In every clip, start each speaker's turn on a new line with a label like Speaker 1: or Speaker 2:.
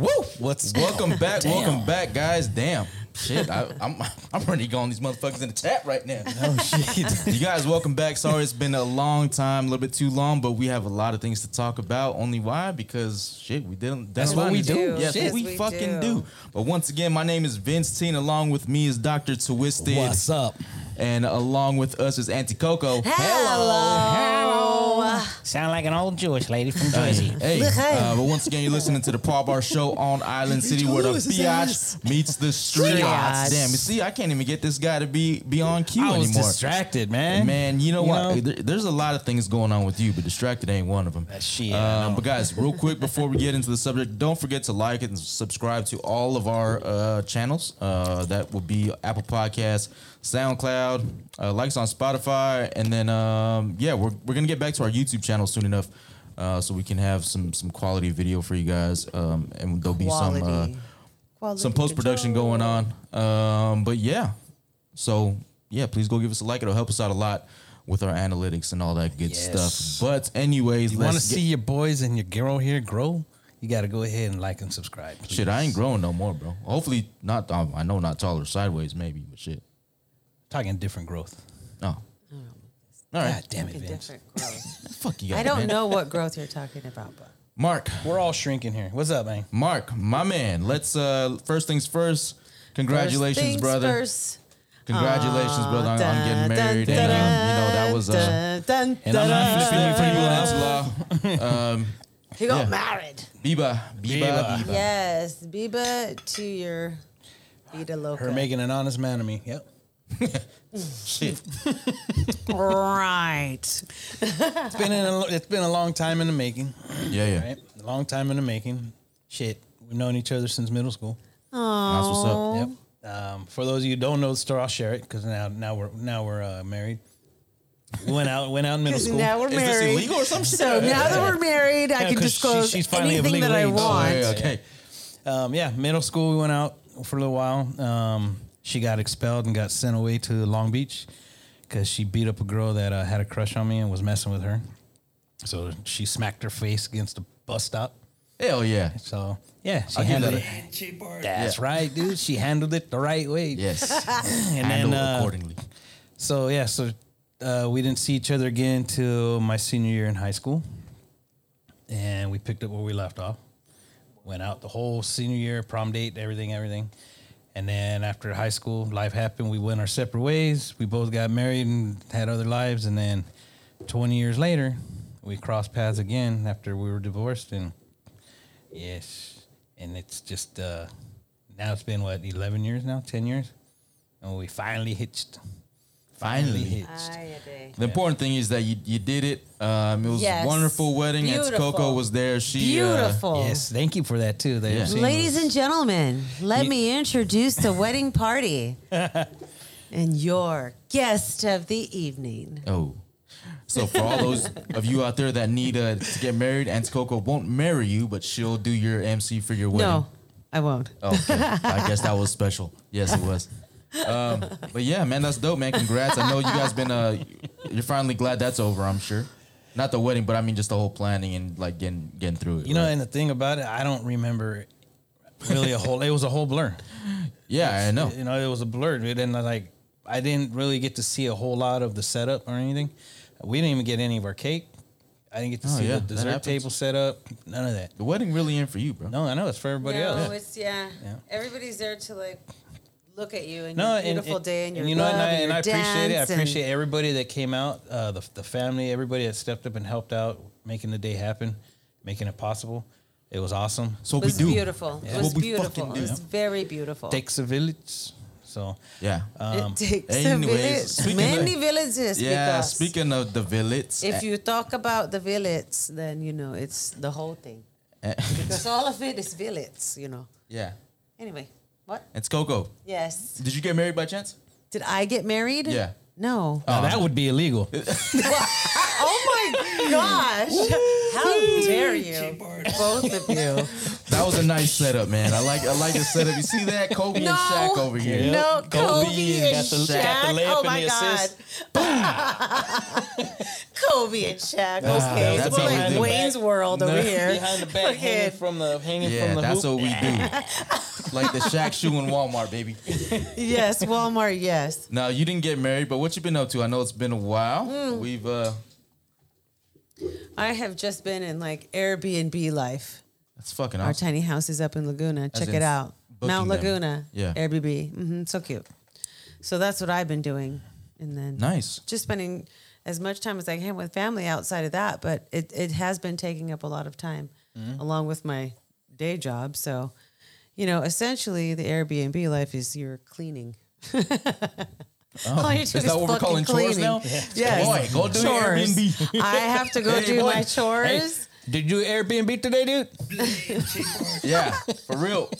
Speaker 1: What's welcome back, welcome back, guys. Damn. Shit, I, I'm I'm already going these motherfuckers in the chat right now.
Speaker 2: Oh shit.
Speaker 1: You guys, welcome back. Sorry it's been a long time, a little bit too long, but we have a lot of things to talk about. Only why? Because shit, we didn't.
Speaker 2: That's what we
Speaker 1: is-
Speaker 2: do.
Speaker 1: Yeah, that's
Speaker 2: Shit.
Speaker 1: what we,
Speaker 3: Yes, we
Speaker 1: fucking do.
Speaker 3: do.
Speaker 1: But once again, my name is Vince Teen. Along with me is Doctor Twisted,
Speaker 2: What's up?
Speaker 1: and along with us is Auntie Coco.
Speaker 4: Oh. Sound like an old Jewish lady from Jersey.
Speaker 1: Hey, uh, but once again, you're listening to the Paw Bar Show on Island City, where the
Speaker 2: Lewis is ass.
Speaker 1: biatch meets the street.
Speaker 3: Biatch.
Speaker 1: Damn, you see, I can't even get this guy to be be on cue
Speaker 2: I was
Speaker 1: anymore.
Speaker 2: distracted, man.
Speaker 1: Man, you know
Speaker 2: You
Speaker 1: what?
Speaker 2: know?
Speaker 1: There- There's a lot of things going on with you, but distracted ain't one of them.
Speaker 4: shit,
Speaker 2: Uh,
Speaker 4: I
Speaker 1: Um, but guys, real quick before we get into the subject, don't forget to like and subscribe to all of our uh, channels. Uh, that would be Apple Podcasts, SoundCloud, uh, likes on Spotify, and then um, yeah, we're we're gonna get back to our YouTube channel soon enough. Uh, so we can have some some quality video for you guys, um, and there'll be some uh,
Speaker 3: Quality.
Speaker 1: some post production going on. Um, but yeah, so yeah, please go give us a like. It'll help us out a lot with our analytics and all that good
Speaker 2: Yes.
Speaker 1: stuff. But anyways,
Speaker 2: you want to
Speaker 1: let's get,
Speaker 2: see your boys and your girl here grow? You got to go ahead and like and subscribe. please.
Speaker 1: shit. I ain't growing no more, bro. Hopefully not. Um, I know not taller sideways, maybe, but shit.
Speaker 2: talking different growth.
Speaker 1: No. All right,
Speaker 2: God damn it, Vince.
Speaker 3: Different growth.
Speaker 1: fuck you. Guys,
Speaker 3: I don't
Speaker 1: man.
Speaker 3: know what growth you're talking about, but
Speaker 1: Mark,
Speaker 2: We're all shrinking here. What's up, man?
Speaker 1: Mark, my man. Let's uh, first things first. Congratulations,
Speaker 3: First things
Speaker 1: brother.
Speaker 3: First.
Speaker 1: Congratulations, brother, on, on
Speaker 3: Dun,
Speaker 1: getting married.
Speaker 3: dun,
Speaker 1: and um, you know that was uh,
Speaker 3: dun, dun,
Speaker 2: and I'm not
Speaker 3: dun.
Speaker 2: finished
Speaker 1: Speaking for anyone else, Law.
Speaker 3: He got
Speaker 1: yeah.
Speaker 3: married.
Speaker 1: Biba, Biba,
Speaker 2: Biba.
Speaker 1: Biba.
Speaker 3: Yes, Biba to your Vita Loca.
Speaker 2: Her making an honest man of me. Yep.
Speaker 1: Shit.
Speaker 3: right.
Speaker 2: It's been in a, lo- it's been a long time in the making.
Speaker 1: Yeah, yeah.
Speaker 2: Right? A long time in the making. Shit. We've known each other since middle school.
Speaker 1: That's what's up.
Speaker 2: Yep. Um, for those of you who don't know the story, I'll share it because now now we're now we're uh, married. Went out went out in middle
Speaker 3: Because
Speaker 2: school.
Speaker 3: now we're
Speaker 1: Is this
Speaker 3: married.
Speaker 1: illegal or some shit?
Speaker 3: So now that we're married, I
Speaker 2: Yeah,
Speaker 3: can
Speaker 2: 'cause she-
Speaker 3: disclose
Speaker 2: she's finally of
Speaker 3: anything that
Speaker 2: legal
Speaker 3: I
Speaker 2: age.
Speaker 3: want.
Speaker 1: Yeah, Oh, okay.
Speaker 2: um, yeah, middle school. We went out for a little while. Um, she got expelled and got sent away to Long Beach because she beat up a girl that uh, had a crush on me and was messing with her. So she smacked her face against a bus stop.
Speaker 1: Hell yeah.
Speaker 2: So yeah, she
Speaker 1: I'll give
Speaker 2: handled
Speaker 1: that
Speaker 2: it. That's right, dude. She handled it the right way.
Speaker 1: Yes.
Speaker 2: and
Speaker 1: Handle
Speaker 2: then uh,
Speaker 1: accordingly.
Speaker 2: so yeah, so uh, we didn't see each other again till my senior year in high school, and we picked up where we left off. Went out the whole senior year, prom date, everything, everything, and then after high school, life happened. We went our separate ways. We both got married and had other lives, and then twenty years later, we crossed paths again after we were divorced, and yes, and it's just uh, now it's been what eleven years now, ten years, and we finally hitched.
Speaker 1: Finally.
Speaker 2: hitched.
Speaker 1: The important thing is that you, you did it. Um, it was
Speaker 3: Yes.
Speaker 1: a wonderful wedding. Aunt
Speaker 3: Beautiful.
Speaker 1: Coco was there. She uh,
Speaker 3: Beautiful.
Speaker 2: Yes, thank you for that too. That
Speaker 1: Yeah.
Speaker 2: scene
Speaker 3: Ladies
Speaker 2: was-
Speaker 3: and gentlemen, let
Speaker 2: Ye-
Speaker 3: me introduce the wedding party and your guest of the evening.
Speaker 1: oh. So for all those of you out there that need uh, to get married, Aunt Coco won't marry you, but she'll do your MC for your wedding. Oh,
Speaker 3: No, I won't.
Speaker 2: Oh,
Speaker 1: Okay. I guess that was special. Yes, it was. Um, but yeah, man, that's dope, man. Congrats. I know you guys been uh you're finally glad that's over, I'm sure. Not the wedding, but I mean just the whole planning and like getting getting through it.
Speaker 2: you know,
Speaker 1: right?
Speaker 2: and the thing about it, I don't remember really a whole. It was a whole blur.
Speaker 1: yeah, I know.
Speaker 2: You know, it was a blur. It didn't like I didn't really get to see a whole lot of the setup or anything. We didn't even get any of our cake. I didn't get to
Speaker 1: Oh,
Speaker 2: see
Speaker 1: yeah,
Speaker 2: the
Speaker 1: that
Speaker 2: dessert
Speaker 1: happens.
Speaker 2: table set up. None of that.
Speaker 1: The wedding really in for you, bro.
Speaker 2: No, I know it's for everybody else.
Speaker 3: it's yeah.
Speaker 2: Yeah.
Speaker 3: Everybody's there to like look at you and
Speaker 2: No, and- and- you know, and I, and I appreciate it. I appreciate everybody that came out, uh, the the family, everybody that stepped up and helped out, making the day happen, making it possible. It was awesome.
Speaker 1: So
Speaker 3: It
Speaker 1: we
Speaker 3: was
Speaker 1: do.
Speaker 3: beautiful.
Speaker 1: Yeah.
Speaker 3: It was
Speaker 1: What we fucking
Speaker 3: beautiful. It
Speaker 1: do.
Speaker 3: was very beautiful.
Speaker 2: takes a village. So
Speaker 1: Yeah.
Speaker 2: um,
Speaker 3: it takes
Speaker 1: anyways,
Speaker 3: a
Speaker 1: speaking of-
Speaker 3: village. Many villages.
Speaker 1: yeah,
Speaker 3: because
Speaker 1: speaking of the village. eh,
Speaker 3: If you talk about the villages, then you know it's the whole thing.
Speaker 2: Eh.
Speaker 3: Because all of it is villages, you know.
Speaker 1: yeah.
Speaker 3: Anyway, what?
Speaker 1: It's Coco.
Speaker 3: Yes.
Speaker 1: Did you get married by chance?
Speaker 3: Did I get married?
Speaker 1: Yeah. Oh.
Speaker 3: No.
Speaker 2: Now, that would be illegal.
Speaker 3: oh my gosh. How dare you? Both of you.
Speaker 1: That was a nice setup, man. I like I like the setup. You see that? Kobe
Speaker 3: No.
Speaker 1: and Shaq over here.
Speaker 3: No, Kobe,
Speaker 1: and
Speaker 3: and
Speaker 1: got the-
Speaker 3: Shaq.
Speaker 2: got the layup
Speaker 3: oh
Speaker 2: and
Speaker 3: my
Speaker 2: the
Speaker 3: God.
Speaker 2: assist.
Speaker 3: Kobe and Shaq.
Speaker 1: Nah,
Speaker 3: okay,
Speaker 1: that's
Speaker 3: it's
Speaker 1: how
Speaker 3: more
Speaker 1: we
Speaker 3: like
Speaker 1: do it.
Speaker 3: Wayne's World
Speaker 1: No.
Speaker 3: over here.
Speaker 4: Behind the back, hanging
Speaker 3: Fucking-
Speaker 4: from the hanging
Speaker 1: Yeah,
Speaker 4: from the
Speaker 1: that's
Speaker 4: hoop.
Speaker 1: what we do. like the Shaq shoe in Walmart, baby.
Speaker 3: yes, Walmart. Yes.
Speaker 1: Now you didn't get married, but what you been up to? I know it's been a while.
Speaker 3: Mm.
Speaker 1: We've uh
Speaker 3: I have just been in like Airbnb life.
Speaker 1: that's fucking
Speaker 3: Our
Speaker 1: awesome.
Speaker 3: tiny house is up in Laguna. Check
Speaker 1: in
Speaker 3: it out.
Speaker 1: booking
Speaker 3: Mount
Speaker 1: them.
Speaker 3: Laguna.
Speaker 1: Yeah.
Speaker 3: Airbnb. hmm So cute. So that's what I've been doing. And then
Speaker 1: Nice.
Speaker 3: just spending as much time as I can with family outside of that. But it, it has been taking up a lot of time
Speaker 1: Mm-hmm.
Speaker 3: along with my day job. So, you know, essentially the Airbnb life is you're cleaning. All you do
Speaker 1: Oh, Is that what we're
Speaker 3: fucking
Speaker 1: calling chores now?
Speaker 3: Yes.
Speaker 1: Boy, go do the
Speaker 3: chores.
Speaker 1: Airbnb.
Speaker 3: I have to go
Speaker 1: Hey,
Speaker 3: do
Speaker 1: boy.
Speaker 3: my chores.
Speaker 2: Did you Airbnb today, dude?
Speaker 1: Yeah, for real.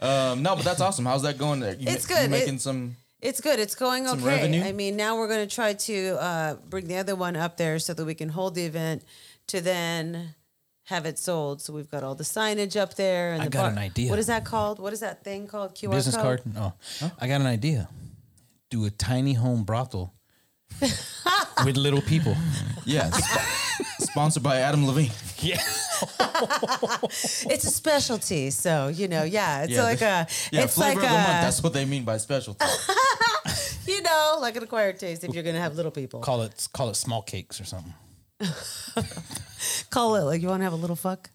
Speaker 1: Um, no, but that's awesome. How's that going there? You,
Speaker 3: It's
Speaker 1: ma-
Speaker 3: good.
Speaker 1: You making
Speaker 3: It-
Speaker 1: some
Speaker 3: It's good. It's going okay.
Speaker 1: revenue?
Speaker 3: I mean, now we're going to try to uh, bring the other one up there so that we can hold the event to then have it sold. So we've got all the signage up there. And
Speaker 2: I
Speaker 3: the
Speaker 2: got an idea.
Speaker 3: What is that called? What is that thing called? QR
Speaker 2: Business
Speaker 3: code?
Speaker 2: card? No. I got an idea. Do a tiny home brothel with little people.
Speaker 1: yeah. sp- sponsored by Adam Levine.
Speaker 2: Yeah.
Speaker 3: It's a specialty. So, you know, yeah, it's
Speaker 1: Yeah,
Speaker 3: like a,
Speaker 1: Yeah,
Speaker 3: it's
Speaker 1: flavor of
Speaker 3: like
Speaker 1: the month.
Speaker 3: a,
Speaker 1: That's what they mean by specialty.
Speaker 3: you know, like an acquired taste if you're going to have little people. Call,
Speaker 2: Call it call it small cakes or something.
Speaker 3: it like you want to have a little fuck.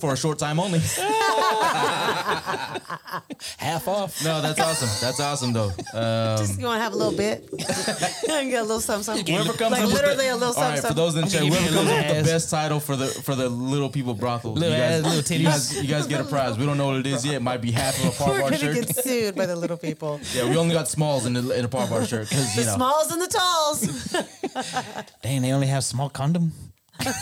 Speaker 1: for a short time only.
Speaker 2: Half off.
Speaker 1: No, that's awesome. That's awesome though. Um,
Speaker 3: Just you want to have a little bit. and get a little something. something.
Speaker 1: Whoever comes
Speaker 3: like
Speaker 1: up with
Speaker 3: literally
Speaker 1: the,
Speaker 3: a little
Speaker 1: All right,
Speaker 3: something.
Speaker 1: for
Speaker 3: something.
Speaker 1: those in the chat,
Speaker 2: give
Speaker 1: whoever
Speaker 2: you a
Speaker 1: comes
Speaker 2: little
Speaker 1: up with the
Speaker 2: ass.
Speaker 1: best title for the for the little people brothel,
Speaker 2: Little
Speaker 1: you guys,
Speaker 2: ass, little
Speaker 1: you guys, you guys get a prize. We don't know what it is yet. It might be half of a par
Speaker 3: We're
Speaker 1: bar
Speaker 3: going to
Speaker 1: shirt.
Speaker 3: get sued by the little people.
Speaker 1: yeah, we only got smalls in the in a par bar shirt because
Speaker 3: The
Speaker 1: you know.
Speaker 3: smalls and the talls.
Speaker 2: Dang, they only have small condom.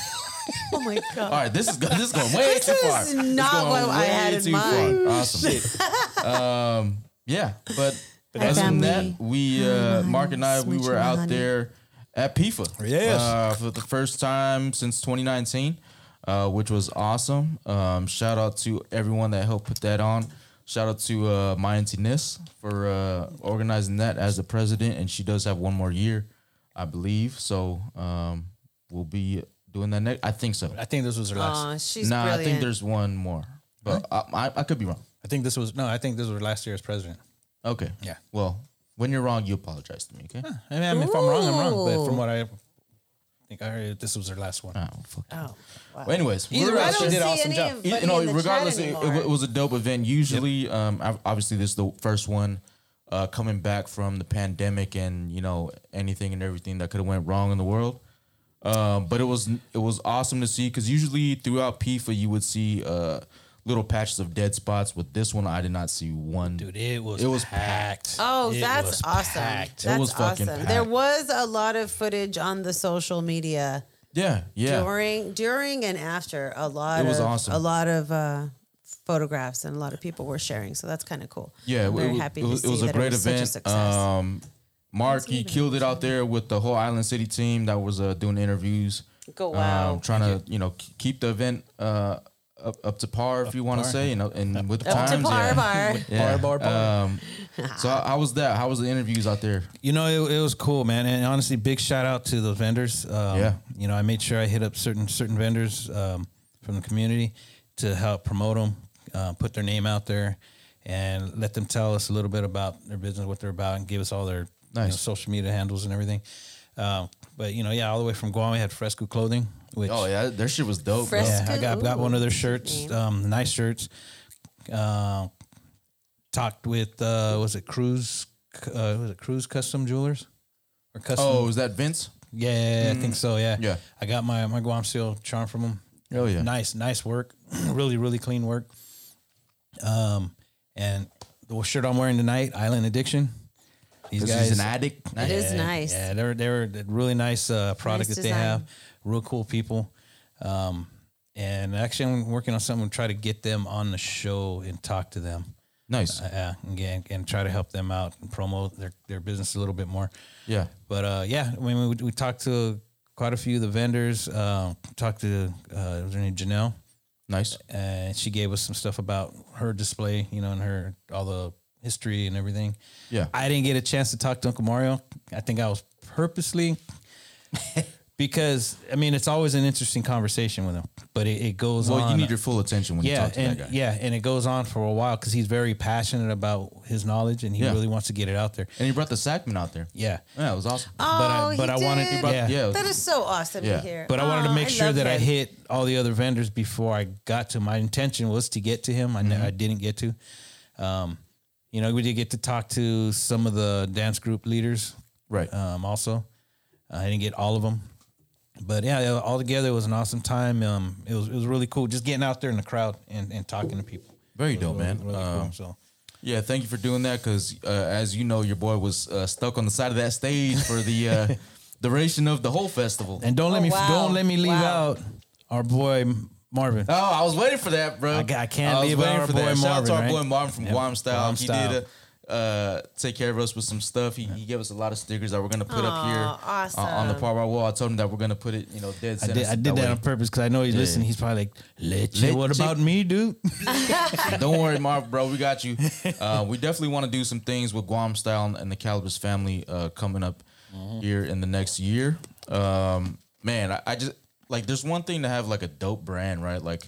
Speaker 3: Oh my god.
Speaker 1: all right, this is go- this is going way
Speaker 3: This
Speaker 1: too far.
Speaker 3: is
Speaker 1: It's
Speaker 3: not
Speaker 1: going
Speaker 3: what I
Speaker 1: way
Speaker 3: had in
Speaker 1: too
Speaker 3: mind.
Speaker 1: Far. Awesome. um, yeah, but
Speaker 3: Hi,
Speaker 1: other than that,
Speaker 3: family.
Speaker 1: we uh, Mark and I we
Speaker 3: Smooch
Speaker 1: were
Speaker 3: my
Speaker 1: out
Speaker 3: honey.
Speaker 1: there at PIFA.
Speaker 2: Yes.
Speaker 1: uh, for the first time since 2019, uh, which was awesome. Um, shout out to everyone that helped put that on. Shout out to uh, my auntie Nis for uh, organizing that as the president, and she does have one more year, I believe. So um, we'll be doing that next. I think so.
Speaker 2: I think this was her last.
Speaker 3: Aw, she's
Speaker 1: nah,
Speaker 3: brilliant.
Speaker 1: I think there's one more, but I, I, I could be wrong.
Speaker 2: I think this was no. I think this was last year's president.
Speaker 1: Okay.
Speaker 2: Yeah.
Speaker 1: Well, when you're wrong, you apologize to me. Okay.
Speaker 2: I mean, I mean, if I'm wrong, I'm wrong. But
Speaker 3: Ooh.
Speaker 2: from what I think, I heard this was her last one.
Speaker 1: Ah, well, fuck.
Speaker 3: Oh, wow.
Speaker 1: Well, anyways,
Speaker 2: Either
Speaker 1: we're
Speaker 2: way,
Speaker 1: out
Speaker 3: I
Speaker 2: she
Speaker 1: there.
Speaker 3: don't
Speaker 2: did
Speaker 3: see
Speaker 2: an awesome
Speaker 3: any
Speaker 2: job.
Speaker 3: of
Speaker 1: you
Speaker 3: Buddy
Speaker 1: know,
Speaker 3: in the
Speaker 1: regardless,
Speaker 3: chat
Speaker 1: it,
Speaker 3: anymore.
Speaker 1: it was a dope event. Usually, um, ob- obviously, this is the first one uh, coming back from the pandemic and you know anything and everything that could have went wrong in the world. Um, but it was it was awesome to see because usually throughout PIFA you would see uh, little patches of dead spots. With this one, I did not see one.
Speaker 2: Dude, it was
Speaker 1: It was
Speaker 2: packed.
Speaker 3: Oh,
Speaker 2: It
Speaker 3: that's
Speaker 2: was
Speaker 3: awesome.
Speaker 2: packed.
Speaker 3: That's
Speaker 1: was fucking
Speaker 3: awesome. There
Speaker 1: packed.
Speaker 3: was a lot of footage on the social media
Speaker 1: Yeah, yeah.
Speaker 3: during during and after. A lot
Speaker 1: It was
Speaker 3: of
Speaker 1: awesome.
Speaker 3: a lot of uh, photographs and a lot of people were sharing. So that's kind of cool.
Speaker 1: Yeah,
Speaker 3: I'm
Speaker 1: it
Speaker 3: very
Speaker 1: wa-
Speaker 3: happy
Speaker 1: it was,
Speaker 3: to see
Speaker 1: it was a
Speaker 3: that
Speaker 1: great
Speaker 3: it was
Speaker 1: event.
Speaker 3: such a success.
Speaker 1: Um, Mark, he killed it out there with the whole Island City team that was uh, doing interviews.
Speaker 3: Go Oh,
Speaker 1: um,
Speaker 3: wow.
Speaker 1: trying to you know k- keep the event uh, up up to par, if you want to say, you know, and with the
Speaker 3: Up to
Speaker 1: times.
Speaker 3: par,
Speaker 1: yeah.
Speaker 3: bar.
Speaker 1: Yeah.
Speaker 2: Bar, bar, bar.
Speaker 1: Um, so how how was that? How was the interviews out there?
Speaker 2: You know, it, it was cool, man. And honestly, big shout out to those vendors. Um,
Speaker 1: Yeah.
Speaker 2: You know, I made sure I hit up certain certain vendors um, from the community to help promote them, uh, put their name out there, and let them tell us a little bit about their business, what they're about, and give us all their you know,
Speaker 1: Nice.
Speaker 2: social media handles and everything. Um, but you know, yeah, all the way from Guam, we had Fresco Clothing, which
Speaker 1: Oh yeah, their shit was dope. bro.
Speaker 3: Fresh-
Speaker 2: yeah, I got got one of their shirts,
Speaker 3: Name.
Speaker 2: um, nice shirts. Uh, talked with uh, was it Cruise? Uh, was it Cruise Custom Jewelers or Custom?
Speaker 1: Oh, was that Vince?
Speaker 2: yeah, I think so. Yeah,
Speaker 1: Yeah.
Speaker 2: I got my my Guam seal charm from them.
Speaker 1: Oh, yeah.
Speaker 2: nice, nice work, really, really clean work. Um, and the shirt I'm wearing tonight, Island Addiction. These
Speaker 1: 'Cause
Speaker 2: guys,
Speaker 1: he's an addict.
Speaker 3: It is nice.
Speaker 2: yeah, they were they were a really nice uh, product
Speaker 3: Nice
Speaker 2: that they
Speaker 3: design.
Speaker 2: have. Real cool people. Um, and actually, I'm working on something to try to get them on the show and talk to them.
Speaker 1: Nice.
Speaker 2: Uh, and, get- and try to help them out and promote their, their business a little bit more.
Speaker 1: Yeah.
Speaker 2: But uh, yeah, I mean, we, we talked to quite a few of the vendors. Uh, talked to uh, was her name Janelle,
Speaker 1: Nice.
Speaker 2: and she gave us some stuff about her display, you know, and her all the history and everything.
Speaker 1: Yeah.
Speaker 2: I didn't get a chance to talk to Uncle Mario. I think I was purposely because I mean it's always an interesting conversation with him, but it, it goes
Speaker 1: Well,
Speaker 2: on.
Speaker 1: you need your full attention when you
Speaker 2: yeah,
Speaker 1: talk to
Speaker 2: and
Speaker 1: that guy.
Speaker 2: yeah, and it goes on for a while because he's very passionate about his knowledge and he
Speaker 1: Yeah.
Speaker 2: really wants to get it out there.
Speaker 1: And he brought the Sackman out there.
Speaker 2: Yeah,
Speaker 1: Yeah, it was awesome.
Speaker 2: but I
Speaker 3: Oh,
Speaker 2: but
Speaker 3: he
Speaker 2: I wanted
Speaker 3: did?
Speaker 2: yeah.
Speaker 1: Yeah.
Speaker 3: That is so awesome
Speaker 1: Yeah.
Speaker 3: to hear.
Speaker 2: But I wanted to
Speaker 3: Aw,
Speaker 2: make sure
Speaker 3: love
Speaker 2: that I
Speaker 3: him.
Speaker 2: hit all the other vendors before I got to. My intention was to get to him. I, ne- I didn't get to. Um, you know, we did get to talk to some of the dance group leaders,
Speaker 1: Right.
Speaker 2: Um, also, Uh, I didn't get all of them, but yeah, all together it was an awesome time. Um, it was it was really cool just getting out there in the crowd and, and talking to people.
Speaker 1: Very
Speaker 2: It was
Speaker 1: dope,
Speaker 2: really-
Speaker 1: man.
Speaker 2: really cool,
Speaker 1: Um,
Speaker 2: so
Speaker 1: Yeah, thank you for doing that because, uh, as you know, your boy was uh, stuck on the side of that stage for the uh, duration of the whole festival.
Speaker 2: and don't let
Speaker 3: Oh,
Speaker 2: me
Speaker 3: wow.
Speaker 2: don't let me leave
Speaker 3: Wow.
Speaker 2: out our boy Marvin.
Speaker 1: oh, I was waiting for that, bro.
Speaker 2: I got- I can't
Speaker 1: was
Speaker 2: leave
Speaker 1: waiting
Speaker 2: our
Speaker 1: for
Speaker 2: boy
Speaker 1: that. Shout out to our
Speaker 2: Marvin,
Speaker 1: boy
Speaker 2: right?
Speaker 1: Marvin from
Speaker 2: Yeah.
Speaker 1: Guam Style.
Speaker 2: Guam
Speaker 1: he
Speaker 2: Style.
Speaker 1: did uh, uh, take care of us with some stuff. He, he gave us a lot of stickers that we're gonna put up
Speaker 3: Aw,
Speaker 1: here uh, on the
Speaker 3: awesome.
Speaker 1: part of our wall. I told him that we're gonna put it, you know, dead
Speaker 2: I
Speaker 1: center.
Speaker 2: did, I
Speaker 1: so
Speaker 2: did that on
Speaker 1: way-
Speaker 2: purpose because I know he's listening. He's probably like, "Leche,
Speaker 1: Leche.
Speaker 2: what about me, dude?"
Speaker 1: Don't worry, Marv, bro. We got you. Uh, we definitely want to do some things with Guam Style and the Calibers family uh, coming up here in the next year. Um, man, I, I just like there's one thing to have like a dope brand, right? Like,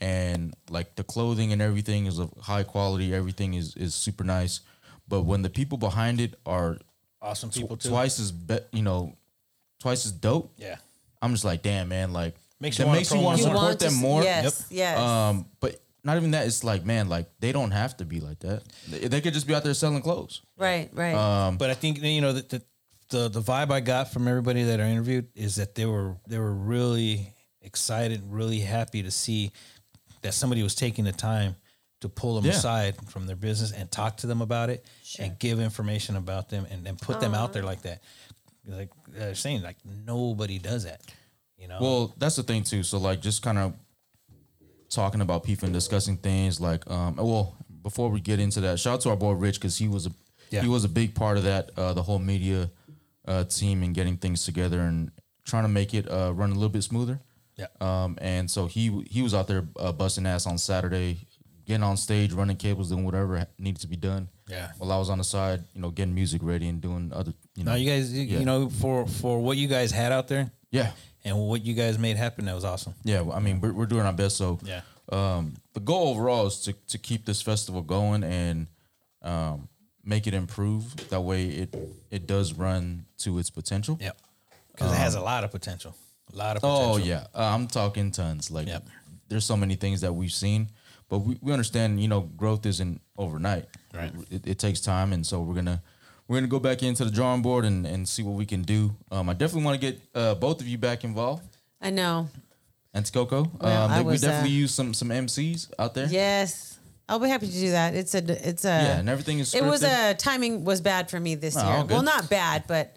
Speaker 1: and like the clothing and everything is of high quality. Everything is is super nice, but when the people behind it are
Speaker 2: Awesome
Speaker 1: tw- twice as be- you know, twice as dope.
Speaker 2: Yeah.
Speaker 1: I'm just like, damn, man. Like,
Speaker 2: Makes you
Speaker 1: that
Speaker 2: wanna
Speaker 1: makes you
Speaker 2: promote
Speaker 1: want to
Speaker 3: You
Speaker 1: support
Speaker 3: want to
Speaker 1: them
Speaker 3: s-
Speaker 1: more.
Speaker 3: Yes, yes.
Speaker 1: Um, but not even that. It's like, man, like they don't have to be like that. They, they could just be out there selling clothes.
Speaker 3: right, right.
Speaker 1: Um,
Speaker 2: but I think you know the, the the the vibe I got from everybody that I interviewed is that they were they were really excited, really happy to see that somebody was taking the time to pull them
Speaker 1: Yeah.
Speaker 2: aside from their business and talk to them about it and give information about them and, and put them out there like that. Like they're saying, like nobody does that. You know,
Speaker 1: Well, that's the thing too. So like, just kind of talking about PIFA and discussing things like, um, well, before we get into that, shout out to our boy Rich because he was a
Speaker 2: Yeah.
Speaker 1: he was a big part of that, uh, the whole media uh, team and getting things together and trying to make it uh, run a little bit smoother.
Speaker 2: Yeah.
Speaker 1: Um, and so he he was out there uh, busting ass on Saturday, getting on stage, running cables, doing whatever needed to be done.
Speaker 2: Yeah.
Speaker 1: While I was on the side, you know, getting music ready and doing other, you know.
Speaker 2: now you guys, you,
Speaker 1: Yeah.
Speaker 2: you know, for for what you guys had out there,
Speaker 1: yeah.
Speaker 2: and what you guys made happen, that was awesome.
Speaker 1: Yeah, well, I mean, we're, we're doing our best. So,
Speaker 2: Yeah.
Speaker 1: um, the goal overall is to, to keep this festival going and um, make it improve. That way, it it does run to its potential.
Speaker 2: Yep. Because it has a lot of potential. A lot of potential.
Speaker 1: Um, Oh yeah, uh, I'm talking tons. Like,
Speaker 2: Yep.
Speaker 1: there's so many things that we've seen, but we, we understand. You know, growth isn't overnight.
Speaker 2: Right.
Speaker 1: It, it takes time, and so we're gonna we're gonna go back into the drawing board and, and see what we can do. Um, I definitely want to get uh, both of you back involved.
Speaker 3: I know.
Speaker 1: And Coco,
Speaker 3: Well,
Speaker 1: um,
Speaker 3: I
Speaker 1: they- we
Speaker 3: was, uh,
Speaker 1: definitely use some some MCs out there.
Speaker 3: Yes, I'll be happy to do that. It's a, it's a.
Speaker 1: Yeah, and everything is
Speaker 3: It was
Speaker 1: scripted.
Speaker 3: a timing was bad for me this
Speaker 1: Oh, all
Speaker 3: year.
Speaker 1: good.
Speaker 3: Well, not bad, but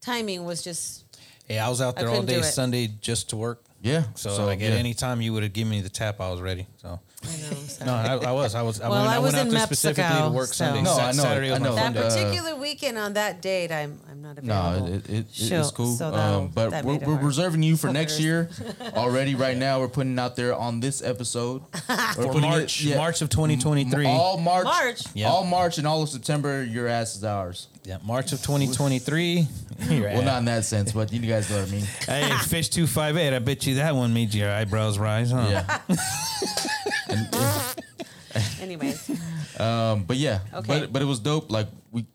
Speaker 3: timing was just
Speaker 2: Hey, I was out there all
Speaker 3: couldn't do
Speaker 2: day
Speaker 3: it.
Speaker 2: Sunday just to work.
Speaker 1: Yeah.
Speaker 2: So, like at
Speaker 1: yeah.
Speaker 2: any time you would have given me the tap, I was ready. So
Speaker 3: I know, I'm sorry.
Speaker 2: no, I, I was, I was. I,
Speaker 3: Well,
Speaker 2: went,
Speaker 3: I was
Speaker 2: went
Speaker 3: in
Speaker 2: out there specifically to
Speaker 3: Mexico,
Speaker 2: work
Speaker 3: so-
Speaker 2: Sunday.
Speaker 1: No,
Speaker 2: Sa-
Speaker 1: I know,
Speaker 2: Saturday
Speaker 1: I
Speaker 2: was
Speaker 1: know.
Speaker 2: my
Speaker 3: that
Speaker 1: uh,
Speaker 3: particular weekend on that date. I'm I'm not
Speaker 1: No,
Speaker 3: available.
Speaker 1: it, it, it,
Speaker 3: Sure,
Speaker 1: it's cool.
Speaker 3: so
Speaker 1: um,
Speaker 3: that'll-
Speaker 1: but
Speaker 3: that
Speaker 1: we're,
Speaker 3: made it
Speaker 1: we're
Speaker 3: hard.
Speaker 1: reserving you for next
Speaker 3: Hookers.
Speaker 1: year already. Right now, we're putting out there on this episode We're
Speaker 2: for
Speaker 1: putting it-
Speaker 2: March,
Speaker 1: yeah,
Speaker 2: March of 2023.
Speaker 1: All March,
Speaker 3: March.
Speaker 2: Yeah.
Speaker 1: all March, and all of September. Your ass is ours.
Speaker 2: yeah, March of 2023. You're
Speaker 1: Well,
Speaker 2: at-
Speaker 1: not in that sense, but you guys know what I mean.
Speaker 2: hey, fish 258. I bet you that one made your eyebrows rise, huh?
Speaker 1: Yeah.
Speaker 3: Anyways,
Speaker 1: Um, but yeah,
Speaker 3: Okay.
Speaker 1: but but it was dope. Like we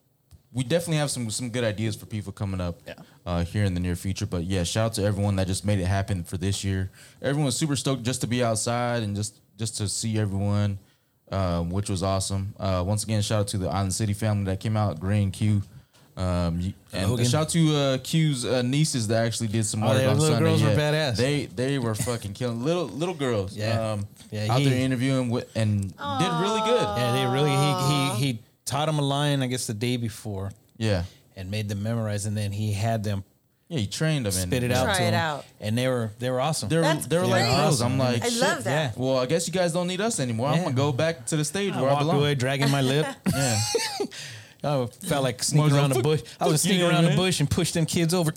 Speaker 1: we definitely have some some good ideas for people coming up
Speaker 2: Yeah.
Speaker 1: uh, here in the near future. But yeah, shout out to everyone that just made it happen for this year. Everyone was super stoked just to be outside and just just to see everyone, um, which was awesome. Uh, once again, shout out to the Island City family that came out. Green Q. Um, you- and
Speaker 2: Logan.
Speaker 1: shout out to uh, Q's uh, nieces that actually did some
Speaker 2: Oh,
Speaker 1: work
Speaker 2: their
Speaker 1: on
Speaker 2: little
Speaker 1: Sunday.
Speaker 2: girls were
Speaker 1: Yeah.
Speaker 2: badass.
Speaker 1: They they were fucking killing little little girls.
Speaker 2: Yeah.
Speaker 1: um,
Speaker 2: Yeah,
Speaker 1: out
Speaker 2: he-
Speaker 1: there interviewing with, and did really good.
Speaker 2: Yeah, they really. He he he taught them a line, I guess, the day before,
Speaker 1: Yeah.
Speaker 2: and made them memorize, and then he had them
Speaker 1: Yeah, you trained them and
Speaker 2: spit it out
Speaker 3: Try
Speaker 2: to
Speaker 3: it
Speaker 2: them,
Speaker 3: out.
Speaker 2: and they were they were awesome.
Speaker 1: They're
Speaker 3: That's
Speaker 1: they're like
Speaker 3: great.
Speaker 1: pros. I'm like,
Speaker 3: I
Speaker 1: shit,
Speaker 3: love that.
Speaker 2: yeah.
Speaker 1: well, I guess you guys don't need us anymore. I'm
Speaker 2: Yeah.
Speaker 1: gonna go back to the stage
Speaker 2: I
Speaker 1: where I
Speaker 2: walked
Speaker 1: belong.
Speaker 2: away dragging my lip.
Speaker 1: Yeah.
Speaker 2: I felt like sneaking around the
Speaker 1: fuck-
Speaker 2: bush. I was
Speaker 1: fuck you,
Speaker 2: sneaking around the
Speaker 1: man.
Speaker 2: bush and pushed them kids over.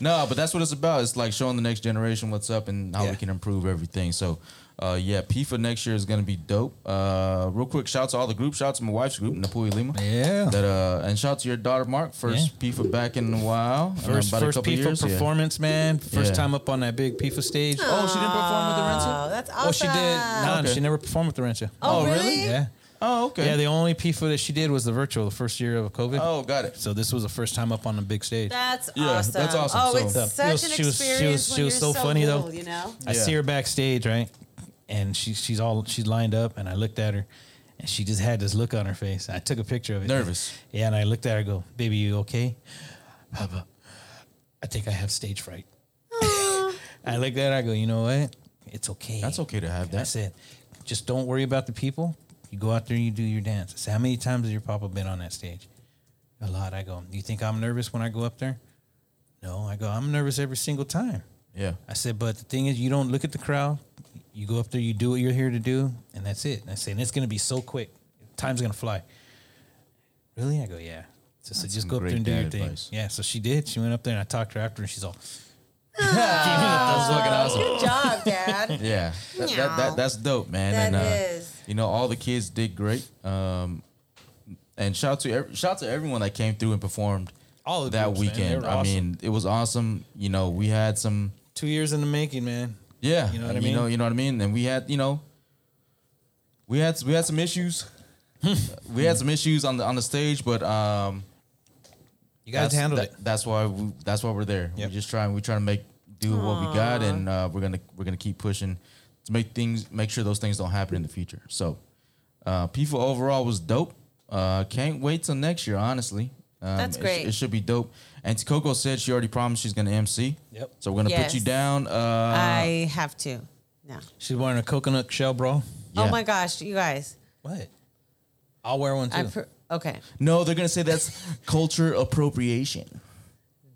Speaker 1: No, but that's what it's about. It's like showing the next generation what's up and how
Speaker 2: Yeah.
Speaker 1: we can improve everything. So, uh, yeah, PIFA next year is going to be dope. Uh, real quick, shout out to all the group. Shout out to my wife's group, Napui Lima.
Speaker 2: Yeah.
Speaker 1: That uh, and shout out to your daughter Mark. First PIFA back in a while. I don't know,
Speaker 2: First,
Speaker 1: about a
Speaker 2: first
Speaker 1: couple
Speaker 2: PIFA
Speaker 1: years, yeah.
Speaker 2: performance, man. First
Speaker 1: Yeah.
Speaker 2: time up on that big PIFA stage.
Speaker 1: Oh, she didn't perform with
Speaker 3: Oh,
Speaker 1: Lorenzo.
Speaker 3: that's awesome.
Speaker 2: Oh, she did. Nah,
Speaker 1: Okay.
Speaker 2: she never performed with the Rancho.
Speaker 3: Oh,
Speaker 1: Oh, really?
Speaker 3: really?
Speaker 2: Yeah.
Speaker 1: Oh, okay.
Speaker 2: Yeah, the only PIFA that she did was the virtual, the first year of COVID.
Speaker 1: oh, got it.
Speaker 2: So this was the first time up on a big stage.
Speaker 3: That's
Speaker 1: Yeah,
Speaker 3: awesome.
Speaker 1: that's awesome.
Speaker 3: Oh,
Speaker 1: So-
Speaker 3: it's
Speaker 1: Yeah.
Speaker 3: such
Speaker 2: It was-
Speaker 3: an
Speaker 2: she was- she
Speaker 3: experience.
Speaker 2: was-
Speaker 3: when
Speaker 2: she was
Speaker 3: you're
Speaker 2: so funny, though.
Speaker 3: little, You know.
Speaker 2: I
Speaker 1: Yeah.
Speaker 2: see her backstage, right? And she, she's all she's lined up, and I looked at her, and she just had this look on her face. I took a picture of it.
Speaker 1: Nervous.
Speaker 2: Yeah, and I looked at her, and go, "Baby, you okay?" Papa, I think I have stage fright. I looked at her, I go, "You know what? It's okay.
Speaker 1: That's okay to have that.
Speaker 2: That's it. Just don't worry about the people. You go out there, you do your dance. I said, how many times has your papa been on that stage? A lot. I go, do you think I'm nervous when I go up there? No. I go, I'm nervous every single time.
Speaker 1: Yeah.
Speaker 2: I said, but the thing is, you don't look at the crowd. You go up there, you do what you're here to do, and that's it. And I say, and it's going to be so quick. Time's going to fly. Really? I go, yeah. So, so just
Speaker 1: some
Speaker 2: go up there
Speaker 1: great
Speaker 2: and do your
Speaker 1: dad
Speaker 2: thing.
Speaker 1: advice.
Speaker 2: Yeah. So she did. She went up there, and I talked to her after, and she's all,
Speaker 1: That's fucking awesome.
Speaker 3: Good job, Dad.
Speaker 1: Yeah, that, that, that, that's dope, man.
Speaker 3: That
Speaker 1: and, uh,
Speaker 3: is.
Speaker 1: You know, all the kids did great. Um, and shout to ev- shout to everyone that came through and performed
Speaker 2: All the
Speaker 1: that
Speaker 2: groups, man. They
Speaker 1: weekend.
Speaker 2: were
Speaker 1: I
Speaker 2: awesome.
Speaker 1: mean, it was awesome. You know, we had some.
Speaker 2: two years in the making, man.
Speaker 1: Yeah,
Speaker 2: You know what I
Speaker 1: You
Speaker 2: mean?
Speaker 1: know, you know what I mean. And we had, you know, we had we had some issues. we had some issues on the on the stage, but um,
Speaker 2: You guys
Speaker 1: that's,
Speaker 2: handled
Speaker 1: that-
Speaker 2: it.
Speaker 1: That's why we, that's why we're there.
Speaker 2: Yep.
Speaker 1: We just trying we trying to make do what we got, and uh, we're gonna we're gonna keep pushing to make things make sure those things don't happen in the future. So, uh, FIFA overall was dope. Uh, can't wait till next year, honestly. Um,
Speaker 3: That's
Speaker 1: it sh-
Speaker 3: great.
Speaker 1: It, should be dope. And Coco said she already promised she's gonna MC.
Speaker 2: Yep.
Speaker 1: So we're gonna put you
Speaker 3: Yes.
Speaker 1: down. Uh,
Speaker 3: I have to. No.
Speaker 2: She's wearing a coconut shell bra.
Speaker 1: yeah.
Speaker 3: Oh my gosh, you guys.
Speaker 2: What? I'll wear one too.
Speaker 3: I per- okay.
Speaker 1: No, they're gonna say that's culture appropriation.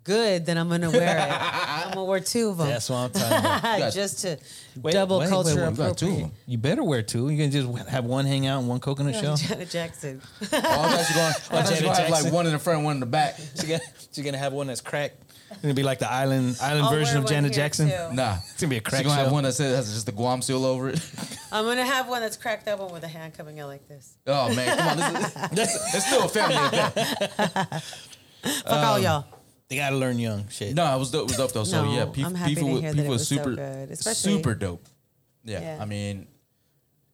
Speaker 3: Good. Then I'm gonna wear it. I'm gonna wear two of them.
Speaker 2: That's what I'm talking about.
Speaker 1: got-
Speaker 3: just to
Speaker 2: Wait,
Speaker 3: double
Speaker 2: wait, wait,
Speaker 3: culture
Speaker 2: wait,
Speaker 1: we got two of them.
Speaker 2: You better wear two. You can just have one hang out and one coconut shell.
Speaker 3: appropriate. Janet Jackson.
Speaker 1: Oh, I thought you were going. I thought you
Speaker 2: Janet
Speaker 1: were gonna have like
Speaker 2: Jackson.
Speaker 1: one in the front, and one in the back.
Speaker 2: She's gonna, she's gonna have one that's cracked. It's gonna be like the island island
Speaker 3: I'll
Speaker 2: version
Speaker 3: wear
Speaker 2: of
Speaker 3: one
Speaker 2: Janet
Speaker 3: here,
Speaker 2: Jackson.
Speaker 3: too.
Speaker 1: Nah,
Speaker 2: It's gonna be a
Speaker 1: She's
Speaker 2: crack
Speaker 1: gonna have
Speaker 2: shell.
Speaker 1: one that says has just the Guam seal over it.
Speaker 3: I'm gonna have one that's cracked open with a hand coming out like this.
Speaker 1: Oh man, come on, this is, this, it's still a family event. Uh,
Speaker 3: Fuck all y'all.
Speaker 2: They gotta learn young shit.
Speaker 1: No, it was dope. It was dope though. So
Speaker 3: No,
Speaker 1: yeah, P-
Speaker 3: I'm happy
Speaker 1: FIFA
Speaker 3: to
Speaker 1: was,
Speaker 3: hear that
Speaker 1: FIFA
Speaker 3: it
Speaker 1: was
Speaker 3: was so
Speaker 1: super,
Speaker 3: good, especially-
Speaker 1: super dope. Yeah,
Speaker 3: Yeah.
Speaker 1: I mean,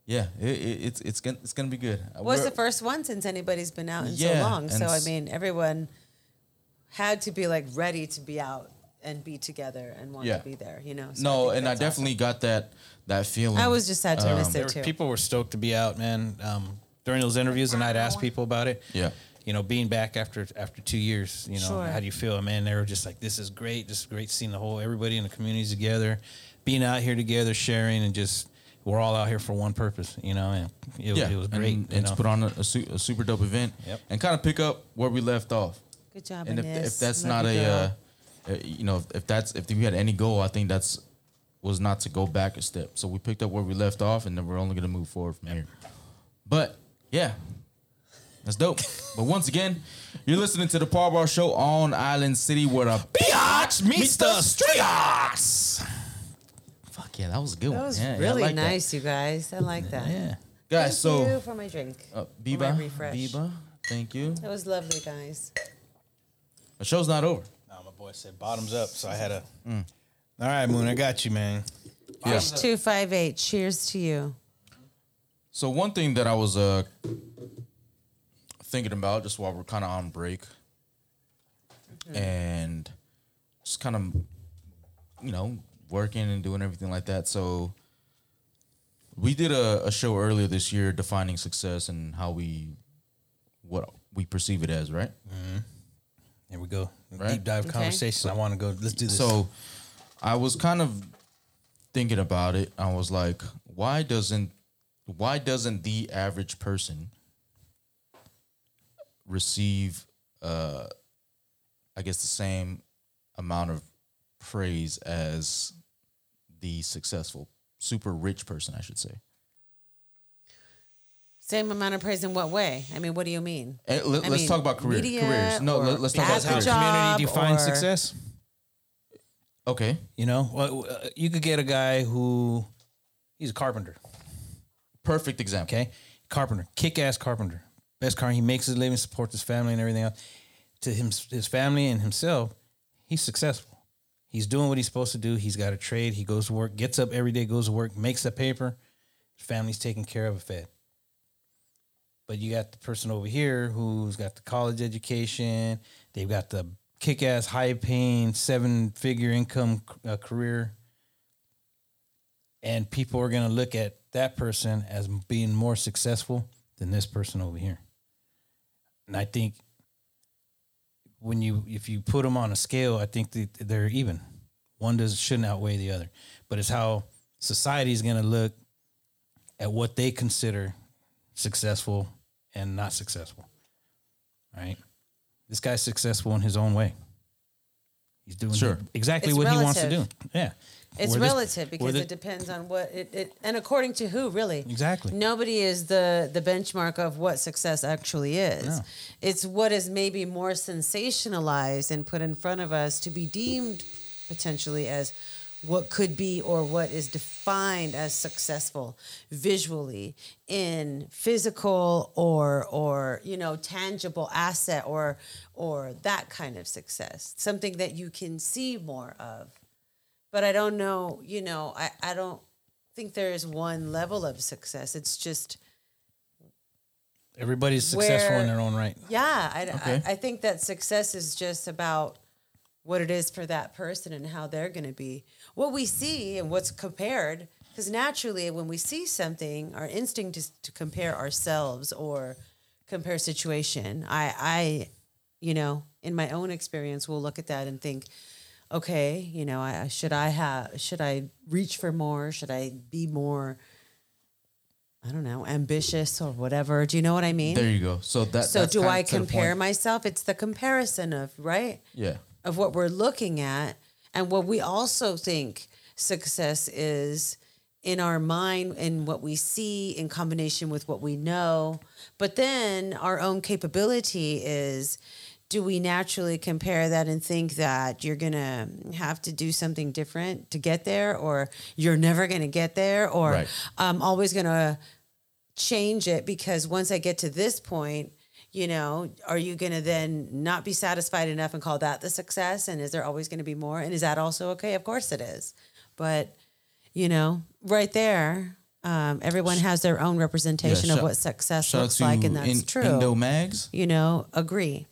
Speaker 1: yeah, it, it, it's it's gonna it's gonna be good.
Speaker 3: Was
Speaker 1: We're-
Speaker 3: the first one since anybody's been out in
Speaker 1: Yeah,
Speaker 3: so long.
Speaker 1: and
Speaker 3: So I
Speaker 1: s-
Speaker 3: mean, everyone had to be like ready to be out and be together and want
Speaker 1: Yeah.
Speaker 3: to be there. You know. So
Speaker 1: No,
Speaker 3: think
Speaker 1: and I
Speaker 3: that's awesome.
Speaker 1: definitely Um, got that that feeling.
Speaker 3: I was just sad to miss
Speaker 2: There
Speaker 3: it
Speaker 2: were-
Speaker 3: too.
Speaker 2: people were stoked to be out, man. Um, during those interviews, and I'd ask people about it.
Speaker 1: Yeah.
Speaker 2: You know, being back after after two years, you know,
Speaker 3: Sure.
Speaker 2: how do you feel? Man, they were just like, "This is great. This is great seeing the whole everybody in the community together, being out here together, sharing, and just we're all out here for one purpose." You know, and it,
Speaker 1: yeah,
Speaker 2: it was
Speaker 1: and-
Speaker 2: great.
Speaker 1: and,
Speaker 2: you
Speaker 1: to
Speaker 2: know?
Speaker 1: put on a, a, su- a super dope event
Speaker 2: Yep.
Speaker 1: and kind of pick up where we left off.
Speaker 3: Good job,
Speaker 1: and if,
Speaker 3: Ines.
Speaker 1: if that's not
Speaker 3: Love you,
Speaker 1: a,
Speaker 3: girl.
Speaker 1: uh, uh, you know, if, if that's if we had any goal, I think that's was not to go back a step. So we picked up where we left off, and then we're only gonna move forward from here. But yeah, that's dope. but once again, you're listening to the Paw Bar Show on Island City, where a biatch meets the streets. Fuck yeah, that was a good one.
Speaker 3: that was
Speaker 1: Yeah, yeah, I
Speaker 3: really
Speaker 1: like that.
Speaker 3: nice, you guys. I like that.
Speaker 2: yeah.
Speaker 3: Thank
Speaker 1: guys.
Speaker 3: you
Speaker 1: So,
Speaker 3: for my drink.
Speaker 1: uh,
Speaker 3: for my
Speaker 1: Biba,
Speaker 3: refresh.
Speaker 1: Biba, thank you.
Speaker 3: That was lovely, guys.
Speaker 1: The show's not over.
Speaker 2: No, my boy said bottoms up, so I had a.
Speaker 1: Mm.
Speaker 2: All right, Moon, I got you, man.
Speaker 3: H two five eight. Cheers to you.
Speaker 1: So one thing that I was uh thinking about just while we're kind of on break, and just kind of you know working and doing everything like that. So we did a, a show earlier this year defining success and how we what we perceive it as, right?
Speaker 2: Here we go.
Speaker 1: Right.
Speaker 2: Deep dive
Speaker 3: Okay.
Speaker 2: conversation. I want to go. Let's do this.
Speaker 1: So I was kind of thinking about it. I was like, why doesn't why doesn't the average person receive uh I guess the same amount of praise as the successful super rich person, I should say.
Speaker 3: Same amount of praise in what way? I mean, what do you mean?
Speaker 1: Eh, let,
Speaker 3: I
Speaker 1: us
Speaker 3: mean,
Speaker 1: talk about career,
Speaker 3: media
Speaker 1: careers. No,
Speaker 3: or
Speaker 1: let, us talk
Speaker 3: at
Speaker 1: about
Speaker 2: That's
Speaker 3: the
Speaker 2: how
Speaker 1: careers.
Speaker 3: job
Speaker 2: community defines
Speaker 3: or-
Speaker 2: success.
Speaker 1: Okay.
Speaker 2: You know, Well, uh, you could get a guy who he's a carpenter.
Speaker 1: Perfect example.
Speaker 2: Okay, carpenter, kick-ass carpenter, best car. He makes his living, supports his family, and everything else. To him, his family and himself, he's successful. He's doing what he's supposed to do. He's got a trade. He goes to work, gets up every day, goes to work, makes that paper. His family's taken care of, fed. But you got the person over here who's got the college education. They've got the kick-ass, high-paying, seven-figure income uh, career and people are going to look at that person as being more successful than this person over here. And I think when you if you put them on a scale, I think that they're even. One does shouldn't outweigh the other, but it's how society is going to look at what they consider successful and not successful. Right? This guy's successful in his own way. He's doing
Speaker 1: Sure.
Speaker 2: exactly
Speaker 3: It's
Speaker 2: what he wants to do.
Speaker 3: relative.
Speaker 2: Yeah.
Speaker 3: It's
Speaker 2: Where this-
Speaker 3: relative
Speaker 2: where
Speaker 3: because
Speaker 2: thi-
Speaker 3: it depends on what it, it and according to who really.
Speaker 2: Exactly.
Speaker 3: Nobody is the the benchmark of what success actually is.
Speaker 2: No.
Speaker 3: It's what is maybe more sensationalized and put in front of us to be deemed potentially as what could be or what is defined as successful visually in physical or or you know tangible asset or or that kind of success something that you can see more of but I don't know, you know, I, I don't think there is one level of success. It's just,
Speaker 2: Everybody's successful
Speaker 3: Where-
Speaker 2: in their own right.
Speaker 3: yeah, I,
Speaker 1: Okay.
Speaker 3: I, I think that success is just about what it is for that person and how they're going to be. What we see and what's compared, because naturally when we see something, our instinct is to compare ourselves or compare situation. I, I, you know, in my own experience, will look at that and think, okay, you know, I, I- should I have, should I reach for more? Should I be more, I don't know, ambitious or whatever? Do you know what I mean?
Speaker 1: There you go. So that.
Speaker 3: So
Speaker 1: that's
Speaker 3: do
Speaker 1: kinda
Speaker 3: I
Speaker 1: to the
Speaker 3: compare
Speaker 1: point.
Speaker 3: myself? It's the comparison of right
Speaker 1: Yeah.
Speaker 3: of what we're looking at and what we also think success is in our mind and what we see in combination with what we know. But then our own capability is do we naturally compare that and think that you're going to have to do something different to get there or you're never going to get there or
Speaker 1: Right.
Speaker 3: I'm always going to change it because once I get to this point, you know, are you going to then not be satisfied enough and call that the success? And is there always going to be more? And is that also okay? Of course it is. But, you know, right there, um, everyone has their own representation
Speaker 1: shout-
Speaker 3: of what success
Speaker 1: Shout out
Speaker 3: looks
Speaker 1: to
Speaker 3: like. And that's
Speaker 1: In-
Speaker 3: true.
Speaker 1: Indo Mags.
Speaker 3: you know, agree.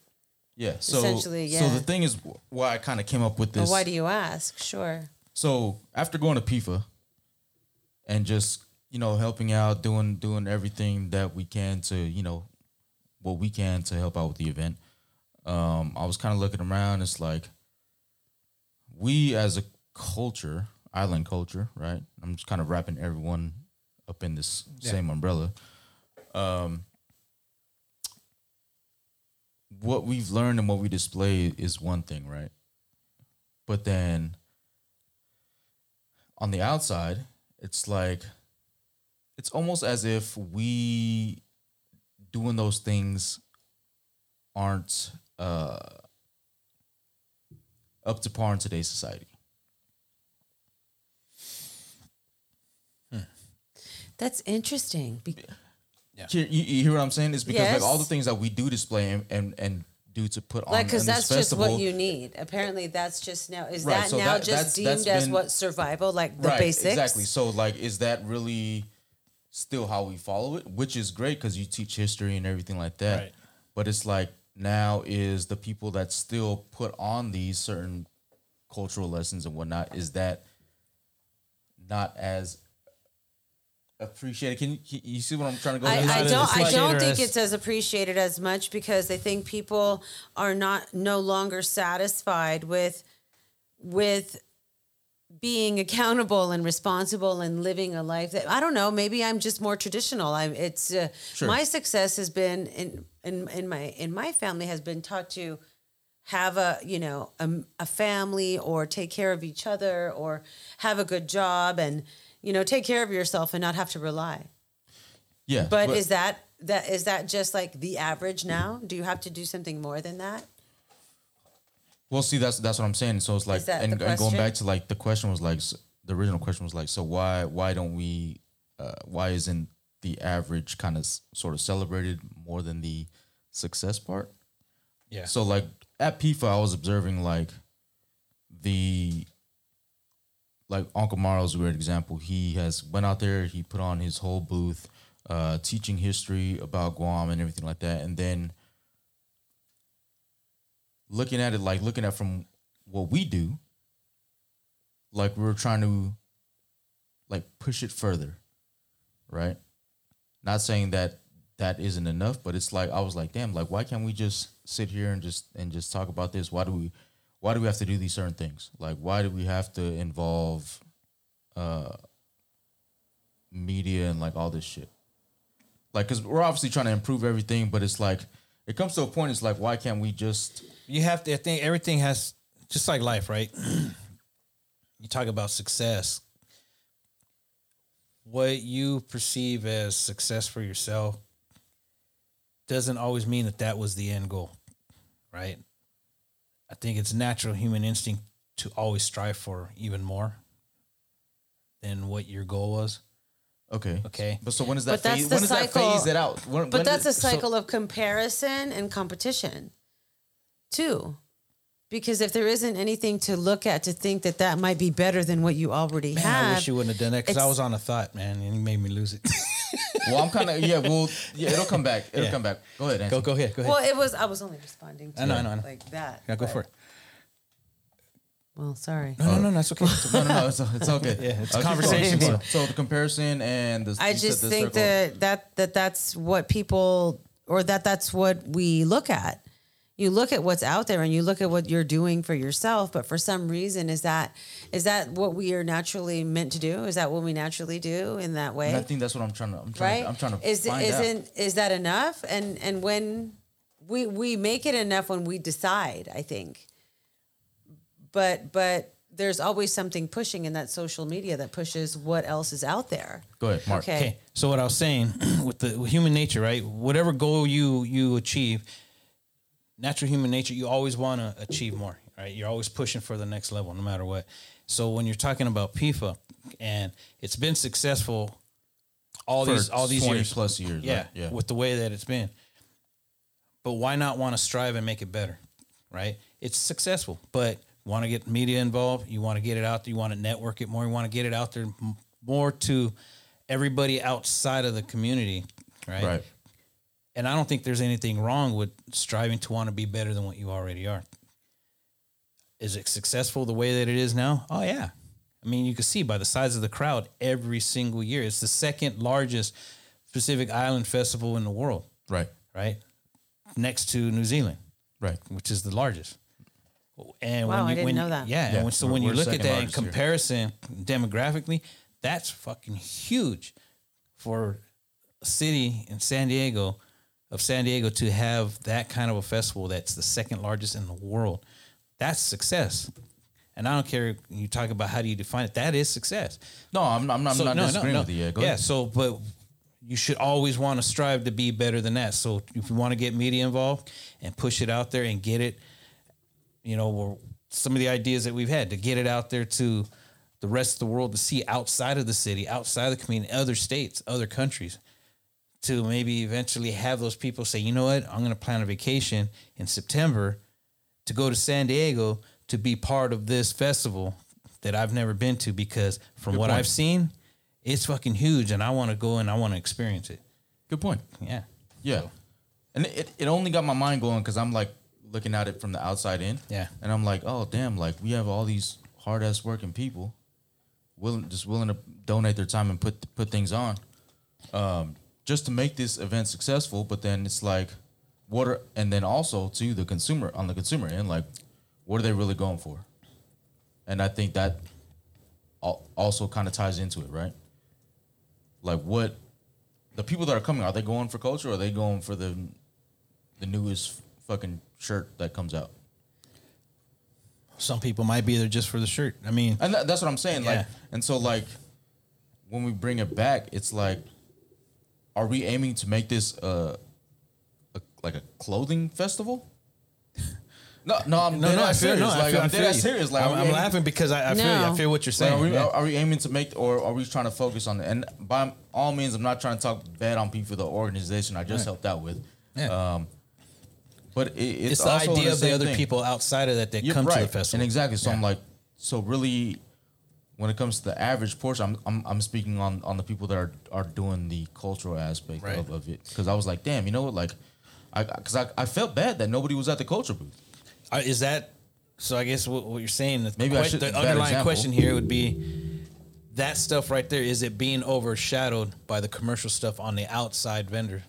Speaker 1: Yeah. So
Speaker 3: Essentially,
Speaker 1: So
Speaker 3: yeah.
Speaker 1: the thing is, why I kind of came up with
Speaker 3: But
Speaker 1: this.
Speaker 3: why do you ask? Sure.
Speaker 1: so after going to PIFA and just you know helping out, doing doing everything that we can to you know what we can to help out with the event, um, I was kind of looking around. It's like we as a culture, island culture, right? I'm just kind of wrapping everyone up in this same umbrella. Um, what we've learned and what we display is one thing, right? But then on the outside, it's like it's almost as if we doing those things aren't uh, up to par in today's society.
Speaker 3: That's interesting. Be-
Speaker 1: Here- you, you hear what I'm saying? It's because
Speaker 3: Yes.
Speaker 1: like all the things that we do display and and, and do to put on
Speaker 3: like,
Speaker 1: on
Speaker 3: because
Speaker 1: this
Speaker 3: that's
Speaker 1: festival,
Speaker 3: just what you need. Apparently, that's just now. Is
Speaker 1: Right,
Speaker 3: that
Speaker 1: so
Speaker 3: now
Speaker 1: that- that's-
Speaker 3: just deemed
Speaker 1: that's
Speaker 3: as
Speaker 1: been-
Speaker 3: what survival, like the basics?
Speaker 1: Exactly. So like, is that really still how we follow it? Which is great because you teach history and everything like that.
Speaker 2: Right.
Speaker 1: But it's like now is the people that still put on these certain cultural lessons and whatnot. Is that not as appreciated? Can you, you see what I'm trying to go? with?
Speaker 3: I, I
Speaker 2: as
Speaker 3: don't. I don't
Speaker 2: appreciated
Speaker 3: think
Speaker 2: as-
Speaker 3: it's as appreciated as much because I think people are not no longer satisfied with with being accountable and responsible and living a life that I don't know. Maybe I'm just more traditional. I'm. It's uh, my success has been in in in my in my family has been taught to have a you know a, a family or take care of each other or have a good job and you know take care of yourself and not have to rely
Speaker 1: Yeah,
Speaker 3: But, is that that is that just like the average now? Do you have to do something more than that?
Speaker 1: Well, see, that's that's what I'm saying. So it's like,
Speaker 3: that
Speaker 1: and,
Speaker 3: the
Speaker 1: and going
Speaker 3: question?
Speaker 1: back to like the question was like s- the original question was like, so why why don't we, uh, why isn't the average kind of sort of celebrated more than the success part?
Speaker 2: Yeah.
Speaker 1: So like at PIFA, I was observing like the like Uncle Maro's a great example. He has went out there, he put on his whole booth, uh, teaching history about Guam and everything like that, and then looking at it like looking at from what we do, like we're trying to like push it further, right? Not saying that that isn't enough, but it's like I was like, damn, like why can't we just sit here and just and just talk about this? Why do we why do we have to do these certain things? Like why do we have to involve uh media and like all this shit? Like cuz we're obviously trying to improve everything, but it's like it comes to a point it's like why can't we just
Speaker 2: you have to I think everything has just like life, right? you talk about success. What you perceive as success for yourself doesn't always mean that that was the end goal, right? I think it's natural human instinct to always strive for even more than what your goal was.
Speaker 1: okay.
Speaker 2: Okay.
Speaker 1: But so when is that
Speaker 3: But that's
Speaker 1: phase
Speaker 3: the
Speaker 1: when is that
Speaker 3: cycle.
Speaker 1: phase it out? When,
Speaker 3: But
Speaker 1: when
Speaker 3: that's a
Speaker 1: is- so-
Speaker 3: cycle of comparison and competition, too. Because if there isn't anything to look at to think that that might be better than what you already
Speaker 2: Man,
Speaker 3: have,
Speaker 2: I wish you wouldn't have done that because I
Speaker 3: it's-
Speaker 2: was on a thought, man, and you made me lose it.
Speaker 1: well, I'm kind of yeah. Well, yeah, it'll come back. It'll
Speaker 2: Yeah.
Speaker 1: come back. Go ahead.
Speaker 2: go,
Speaker 1: Anthony.
Speaker 2: go ahead, go ahead.
Speaker 3: well, it was. I was only responding to
Speaker 2: I know, I know, I know.
Speaker 3: like that.
Speaker 2: yeah, go
Speaker 3: but-
Speaker 2: for it.
Speaker 3: Well, sorry.
Speaker 2: No, no, no, no, that's okay.
Speaker 1: No, no, no. It's, it's okay.
Speaker 2: Yeah, it's
Speaker 1: Uh, keep going,
Speaker 2: conversation.
Speaker 1: keep going. So the comparison and the
Speaker 3: I
Speaker 1: you said
Speaker 3: just
Speaker 1: the
Speaker 3: think
Speaker 1: circle.
Speaker 3: that, that that that's what people or that that's what we look at. You look at what's out there and you look at what you're doing for yourself, but for some reason is that is that what we are naturally meant to do? Is that what we naturally do in that way?
Speaker 1: And I think that's what I'm trying to. I'm trying.
Speaker 3: right?
Speaker 1: To, I'm trying to.
Speaker 3: is
Speaker 1: find
Speaker 3: isn't
Speaker 1: out.
Speaker 3: is that enough? And and when we we make it enough when we decide, I think. But but there's always something pushing in that social media that pushes what else is out there.
Speaker 1: Go ahead, Mark.
Speaker 3: Okay.
Speaker 2: Okay. So what I was saying with the with human nature, right? Whatever goal you you achieve, natural human nature, you always want to achieve more, right? You're always pushing for the next level, no matter what. So when you're talking about PIFA, and it's been successful all
Speaker 1: For
Speaker 2: these all these
Speaker 1: 20
Speaker 2: years,
Speaker 1: plus years.
Speaker 2: yeah,
Speaker 1: right? yeah.
Speaker 2: with the way that it's been. But why not want to strive and make it better, right? It's successful, but want to get media involved. You want to get it out there. You want to network it more. You want to get it out there m- more to everybody outside of the community, right?
Speaker 1: right.
Speaker 2: And I don't think there's anything wrong with striving to want to be better than what you already are. Is it successful the way that it is now? Oh yeah. I mean, you can see by the size of the crowd every single year. It's the second largest Pacific Island festival in the world,
Speaker 1: Right.
Speaker 2: right? Next to New Zealand,
Speaker 1: Right.
Speaker 2: which is the largest. And
Speaker 3: Wow, I
Speaker 2: when you,
Speaker 3: didn't
Speaker 2: when,
Speaker 3: know that.
Speaker 2: Yeah,
Speaker 1: Yeah,
Speaker 2: and when, so
Speaker 1: we're-
Speaker 2: when you
Speaker 1: we're
Speaker 2: look at
Speaker 1: second
Speaker 2: that in
Speaker 1: largest here.
Speaker 2: comparison demographically, that's fucking huge for a city in San Diego of San Diego to have that kind of a festival that's the second largest in the world. That's success. And I don't care you talk about how do you define it. That is success.
Speaker 1: No, I'm. I'm not, I'm
Speaker 2: So,
Speaker 1: not
Speaker 2: no, no,
Speaker 1: disagreeing
Speaker 2: no.
Speaker 1: with you. Yeah. Go
Speaker 2: yeah.
Speaker 1: ahead.
Speaker 2: So, but you should always want to strive to be better than that. So, if you want to get media involved and push it out there and get it, you know, or some of the ideas that we've had to get it out there to the rest of the world to see outside of the city, outside of the community, other states, other countries, to maybe eventually have those people say, you know what, I'm going to plan a vacation in September to go to San Diego to be part of this festival that I've never been to because from what
Speaker 1: point.
Speaker 2: I've seen, it's fucking huge and I want to go and I want to experience it.
Speaker 1: Good point.
Speaker 2: Yeah.
Speaker 1: Yeah. And it, it only got my mind going because I'm like looking at it from the outside in.
Speaker 2: Yeah.
Speaker 1: And I'm like, oh damn, like we have all these hard ass working people willing just willing to donate their time and put put things on. Um, just to make this event successful, but then it's like what are and then also to the consumer on the consumer end, like what are they really going for? And I think that al- also kind of ties into it, right? Like what the people that are coming, are they going for culture or are they going for the the newest fucking shirt that comes out?
Speaker 2: Some people might be there just for the shirt. I mean,
Speaker 1: And that, that's what I'm saying. Like,
Speaker 2: Yeah.
Speaker 1: and so like, when we bring it back, it's like, are we aiming to make this uh, a, like a clothing festival? No, no, I'm dead ass serious. like, I'm dead ass serious. Like, are
Speaker 2: I'm,
Speaker 1: we
Speaker 2: I'm
Speaker 1: aiming-
Speaker 2: laughing because I, I feel you. I
Speaker 3: No.
Speaker 2: feel what you're
Speaker 1: Like,
Speaker 2: saying.
Speaker 1: are, we, uh,
Speaker 2: yeah.
Speaker 1: are, are we aiming to make, or are we trying to focus on? And by all means, I'm not trying to talk bad on people, the organization I just helped out with.
Speaker 2: Yeah.
Speaker 1: Um, but it, it's,
Speaker 2: it's the
Speaker 1: also
Speaker 2: idea of the
Speaker 1: same
Speaker 2: other
Speaker 1: thing.
Speaker 2: people outside of that that
Speaker 1: You're
Speaker 2: come to the
Speaker 1: right.
Speaker 2: festival.
Speaker 1: And exactly. So I'm
Speaker 2: Yeah.
Speaker 1: like, so really, when it comes to the average portion, I'm I'm, I'm speaking on on the people that are are doing the cultural aspect
Speaker 2: Right.
Speaker 1: of, of it because I was like, damn, you know what, like. I, cause I, I felt bad that nobody was at the culture booth.
Speaker 2: Uh, is that so? I guess what, what you're saying. The,
Speaker 1: Maybe I
Speaker 2: que-
Speaker 1: should-
Speaker 2: the
Speaker 1: bad
Speaker 2: underlying
Speaker 1: example.
Speaker 2: question here would be that stuff right there. Is it being overshadowed by the commercial stuff on the outside vendor?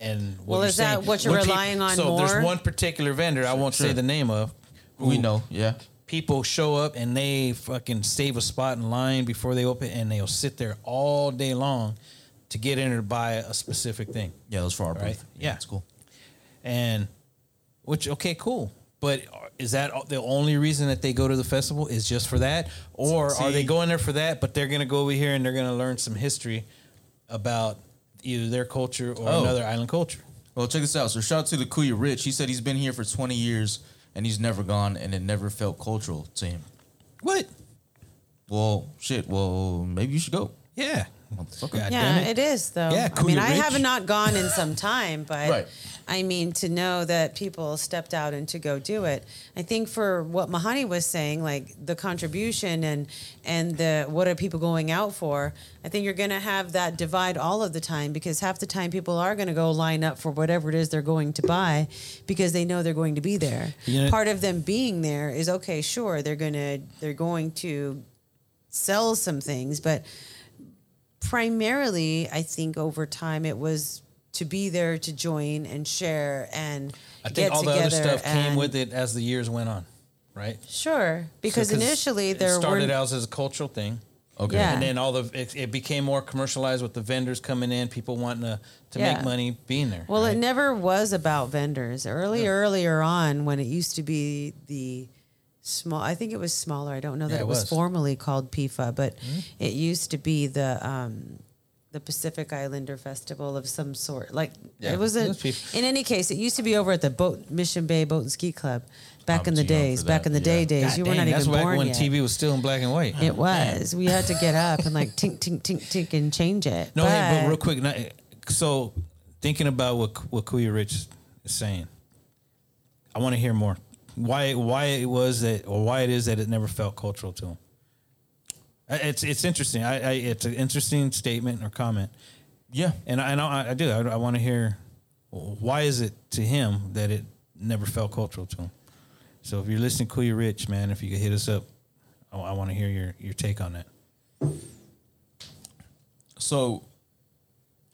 Speaker 2: And what
Speaker 3: Well,
Speaker 2: you're
Speaker 3: is that
Speaker 2: saying-
Speaker 3: what you're
Speaker 2: when peop-
Speaker 3: relying on
Speaker 2: So
Speaker 3: more?
Speaker 2: there's one particular vendor I won't say
Speaker 1: sure.
Speaker 2: the name of.
Speaker 1: We
Speaker 2: who
Speaker 1: know, yeah.
Speaker 2: People show up and they fucking save a spot in line before they open, and they'll sit there all day long to get in or buy a specific thing.
Speaker 1: Yeah, that was for our
Speaker 2: Right.
Speaker 1: booth.
Speaker 2: Yeah.
Speaker 1: it's cool.
Speaker 2: and which okay cool but is that the only reason that they go to the festival is just for that or are they
Speaker 1: See-
Speaker 2: going there for that but they're going to go over here and they're going to learn some history about either their culture or
Speaker 1: Oh.
Speaker 2: another island culture
Speaker 1: Well, check this out. So shout out to the Kuya Rich. He said he's been here for 20 years and he's never gone and it never felt cultural to him.
Speaker 2: what
Speaker 1: Well, shit. Well, maybe you should go.
Speaker 2: yeah
Speaker 1: Motherfucker.
Speaker 2: God
Speaker 3: Yeah,
Speaker 2: damn it.
Speaker 3: it is though.
Speaker 2: Yeah,
Speaker 3: I mean,
Speaker 2: Kuya
Speaker 3: I
Speaker 2: Rich.
Speaker 3: have not gone in some time, but
Speaker 1: Right.
Speaker 3: I mean to know that people stepped out and to go do it. I think for what Mahani was saying, like the contribution and and the what are people going out for? I think you're going to have that divide all of the time because half the time people are going to go line up for whatever it is they're going to buy because they know they're going to be there.
Speaker 2: You know-
Speaker 3: Part of them being there is okay, sure, they're going to they're going to sell some things, but primarily, I think over time it was to be there to join and share and
Speaker 2: i think
Speaker 3: get
Speaker 2: all the
Speaker 3: together
Speaker 2: other stuff came
Speaker 3: and-
Speaker 2: with it as the years went on right
Speaker 3: Sure, because
Speaker 2: So,
Speaker 3: initially
Speaker 2: it
Speaker 3: there
Speaker 2: started
Speaker 3: were
Speaker 2: out as a cultural thing
Speaker 1: Okay.
Speaker 3: Yeah.
Speaker 2: and then all the it, it became more commercialized with the vendors coming in people wanting to, to
Speaker 3: Yeah.
Speaker 2: make money being there
Speaker 3: Well,
Speaker 2: right?
Speaker 3: it never was about vendors. Early, earlier on, when it used to be the small, I think it was smaller. I don't know that
Speaker 2: Yeah,
Speaker 3: it
Speaker 2: it
Speaker 3: was,
Speaker 2: was. Mm-hmm.
Speaker 3: formally called PIFA, but it used to be the um, the Pacific Islander Festival of some sort. Like
Speaker 2: Yeah,
Speaker 3: it was a.
Speaker 2: it was PIFA.
Speaker 3: in any case, it used to be over at the boat Mission Bay Boat and Ski Club back
Speaker 1: I'm
Speaker 3: in the
Speaker 1: too young
Speaker 3: days.
Speaker 1: for
Speaker 3: Back
Speaker 1: that,
Speaker 3: in the
Speaker 1: yeah.
Speaker 3: day days,
Speaker 2: God
Speaker 3: you
Speaker 2: dang,
Speaker 3: were not
Speaker 2: that's
Speaker 3: even
Speaker 2: back
Speaker 3: born
Speaker 2: when
Speaker 3: yet.
Speaker 2: TV was still in black and white.
Speaker 3: It was. We had to get up and like tink tink tink tink and change it.
Speaker 2: No, hey, but real quick, not, so thinking about what what Kuya Rich is saying, I want to hear more. Why why it was that, or why it is that it never felt cultural to him. I- It's it's interesting. I, I it's an interesting statement or comment,
Speaker 1: Yeah.
Speaker 2: and I and I, I do. I, I want to hear why is it to him that it never felt cultural to him. So if you're listening, Kuya Rich, man, if you could hit us up, I, I want to hear your your take on that.
Speaker 1: So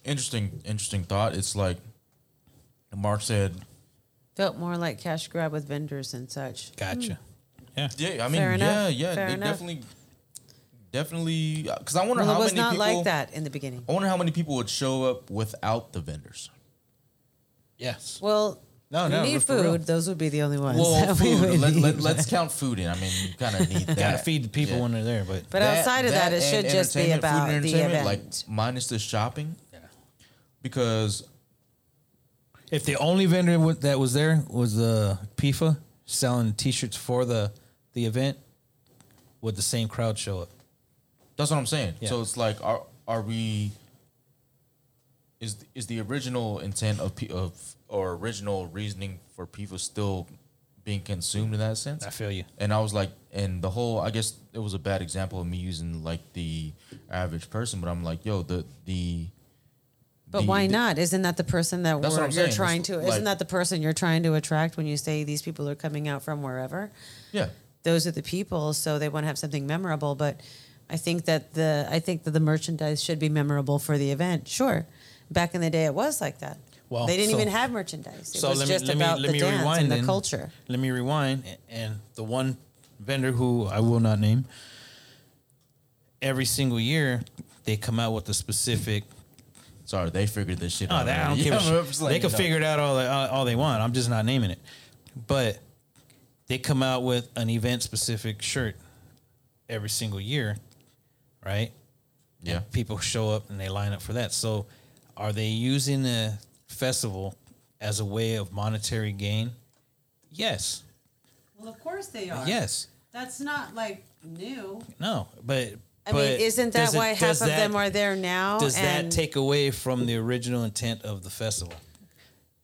Speaker 1: interesting, interesting thought. It's like Mark said.
Speaker 3: Felt more like cash grab with vendors and such.
Speaker 2: Gotcha. Yeah.
Speaker 1: Yeah, I mean,
Speaker 3: Fair
Speaker 1: yeah,
Speaker 3: enough,
Speaker 1: yeah,
Speaker 3: fair
Speaker 1: they
Speaker 3: enough.
Speaker 1: definitely, definitely. Because I wonder
Speaker 3: Well,
Speaker 1: how
Speaker 3: it was
Speaker 1: many
Speaker 3: not
Speaker 1: people.
Speaker 3: like that in the beginning.
Speaker 1: I wonder how many people would show up without the vendors.
Speaker 2: Yes.
Speaker 3: Well,
Speaker 2: No,
Speaker 3: we
Speaker 2: no,
Speaker 3: need
Speaker 2: for real.
Speaker 3: food. Those would be the only ones.
Speaker 1: Well,
Speaker 3: that we would
Speaker 1: food. Let,
Speaker 3: need.
Speaker 1: us count food in. I mean, you kind of need that.
Speaker 2: Gotta feed the people
Speaker 1: Yeah.
Speaker 2: when they're there, but
Speaker 3: but outside of that, it should
Speaker 1: and
Speaker 3: just be
Speaker 1: entertainment, food
Speaker 3: about
Speaker 1: and
Speaker 3: the
Speaker 1: entertainment,
Speaker 3: event.
Speaker 1: Like minus the shopping, because
Speaker 2: if the only vendor wa- that was there was uh, the PIFA selling T-shirts for the the event, would the same crowd show up?
Speaker 1: That's what I'm saying.
Speaker 2: Yeah.
Speaker 1: So it's like, are are we? Is is the original intent of P, of or original reasoning for people still being consumed in that sense?
Speaker 2: I feel you.
Speaker 1: And I was like, and the whole, I guess it was a bad example of me using like the average person, but I'm like, yo, the the.
Speaker 3: but
Speaker 1: the-
Speaker 3: why
Speaker 1: the-
Speaker 3: not? Isn't that the person that
Speaker 1: That's what
Speaker 3: we're,
Speaker 1: I'm
Speaker 3: you're
Speaker 1: saying. That's
Speaker 3: trying to?
Speaker 1: like-
Speaker 3: isn't that the person you're trying to attract when you say these people are coming out from wherever?
Speaker 1: Yeah.
Speaker 3: Those are the people, so they want to have something memorable. But I think that the I think that the merchandise should be memorable for the event. Sure, back in the day, it was like that.
Speaker 2: Well,
Speaker 3: they didn't
Speaker 2: so-
Speaker 3: even have merchandise. It was just about the dance and the
Speaker 2: then.
Speaker 3: culture.
Speaker 2: Let me rewind, a- and the one vendor who I will not name. Every single year, they come out with a specific.
Speaker 1: Sorry, they figured this shit
Speaker 2: Oh,
Speaker 1: out.
Speaker 2: that, I
Speaker 1: already.
Speaker 2: don't give a
Speaker 1: Yeah, I'm
Speaker 2: shit.
Speaker 1: just like,
Speaker 2: they can
Speaker 1: no.
Speaker 2: figure it out all they, all, all they want. I'm just not naming it. But they come out with an event specific shirt every single year, right?
Speaker 1: Yeah.
Speaker 2: People show up and they line up for that. So Are they using the festival as a way of monetary gain? Yes.
Speaker 3: Well, of course they are.
Speaker 2: Yes.
Speaker 3: That's not like new.
Speaker 2: No. But
Speaker 3: I
Speaker 2: but
Speaker 3: mean, isn't that
Speaker 2: does it-
Speaker 3: why half of
Speaker 2: does that-
Speaker 3: them are there now?
Speaker 2: Does that
Speaker 3: Oh, and-
Speaker 2: take away from the original intent of the festival?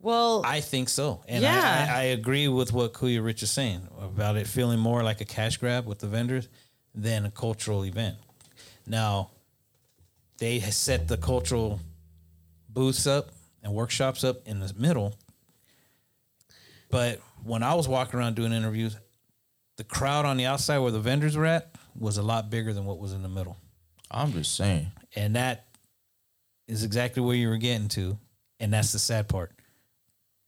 Speaker 3: Well,
Speaker 2: I think so, and I-
Speaker 3: Yeah.
Speaker 2: I, I, agree with what Kuya Rich is saying about it feeling more like a cash grab with the vendors than a cultural event. Now, they has set the cultural booths up and workshops up in the middle, but when I was walking around doing interviews, the crowd on the outside where the vendors were at was a lot bigger than what was in the middle,
Speaker 1: I'm just saying.
Speaker 2: and that is exactly where you were getting to, and that's the sad part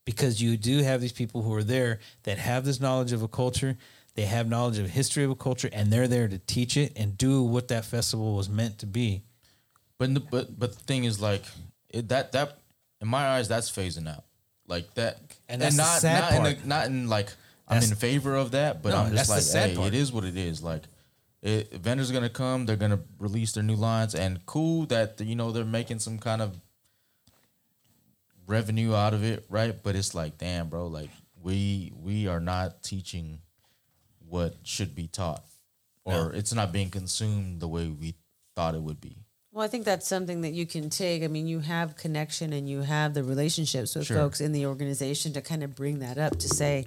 Speaker 2: because you do have these people who are there that have this knowledge of a culture they have knowledge of history of a culture and they're there to teach it and do what that festival was meant to be
Speaker 1: But the, but but the thing is, like it, that that in my eyes, that's phasing out. Like that,
Speaker 2: And that's the sad
Speaker 1: not in
Speaker 2: part.
Speaker 1: the, not in like
Speaker 2: That's-
Speaker 1: I'm in favor of that, but
Speaker 2: No,
Speaker 1: I'm
Speaker 2: that's
Speaker 1: just
Speaker 2: the
Speaker 1: like,
Speaker 2: sad
Speaker 1: hey,
Speaker 2: part.
Speaker 1: it is what it is. Like, it, vendors are gonna come, they're gonna release their new lines, and cool that you know they're making some kind of revenue out of it, right? But it's like, damn, bro, like we we are not teaching what should be taught, or it's not being consumed the way we thought it would be.
Speaker 3: Well, I think that's something that you can take. I mean, you have connection and you have the relationships with folks in the organization to kind of bring that up to say,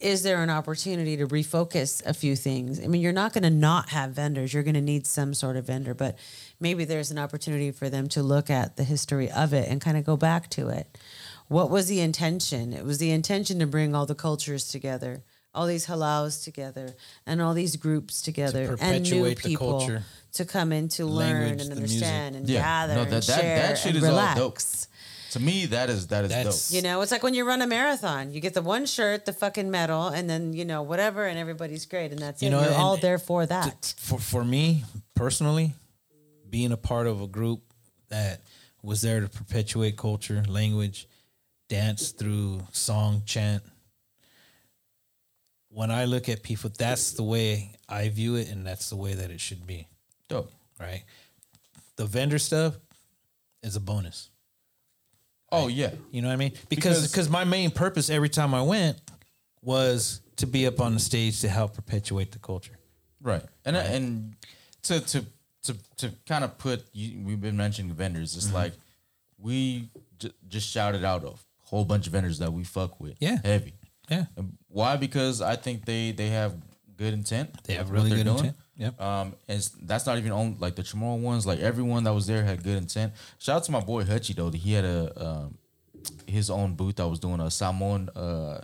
Speaker 3: is there an opportunity to refocus a few things? I mean, you're not going to not have vendors. You're going to need some sort of vendor, but maybe there's an opportunity for them to look at the history of it and kind of go back to it. What was the intention? It was the intention to bring all the cultures together, all these halals together, and all these groups together, and new
Speaker 2: perpetuate the
Speaker 3: people
Speaker 2: culture.
Speaker 3: to come in to learn
Speaker 2: language,
Speaker 3: and
Speaker 2: the music.
Speaker 3: understand and
Speaker 1: Yeah.
Speaker 3: gather
Speaker 1: No,
Speaker 3: and
Speaker 1: that- that-
Speaker 3: share
Speaker 1: that shit is
Speaker 3: and
Speaker 1: all dope.
Speaker 3: relax.
Speaker 1: To me, that is that is
Speaker 2: That's-
Speaker 1: dope.
Speaker 3: You know, it's like when you run a marathon, you get the one shirt, the fucking medal, and then you know whatever, and everybody's great, and that's
Speaker 2: You
Speaker 3: it.
Speaker 2: know,
Speaker 3: You're all
Speaker 2: and-
Speaker 3: there for that.
Speaker 2: for, for me personally being a part of a group that was there to perpetuate culture language dance through song chant when i look at people that's the way i view it and that's the way that it should be
Speaker 1: Dope.
Speaker 2: right? The vendor stuff is a bonus.
Speaker 1: Oh yeah.
Speaker 2: You know what I mean? Because
Speaker 1: Because-
Speaker 2: because my main purpose every time I went was to be up on the stage to help perpetuate the culture.
Speaker 1: Right. And and to to to to kind of put you, we've been mentioning vendors.
Speaker 2: Mm-hmm.
Speaker 1: It's like we j- just shouted out a whole bunch of vendors that we fuck with.
Speaker 2: Yeah.
Speaker 1: Heavy.
Speaker 2: Yeah,
Speaker 1: And Why? Because I think they they have good intent.
Speaker 2: they have
Speaker 1: with what
Speaker 2: really
Speaker 1: they're
Speaker 2: good
Speaker 1: doing.
Speaker 2: intent. Yep.
Speaker 1: Um, and it's- that's not even on like the Chamorro ones. Like everyone that was there had good intent. Shout out to my boy Hutchie though. He had a um, his own booth that was doing a Samoan uh,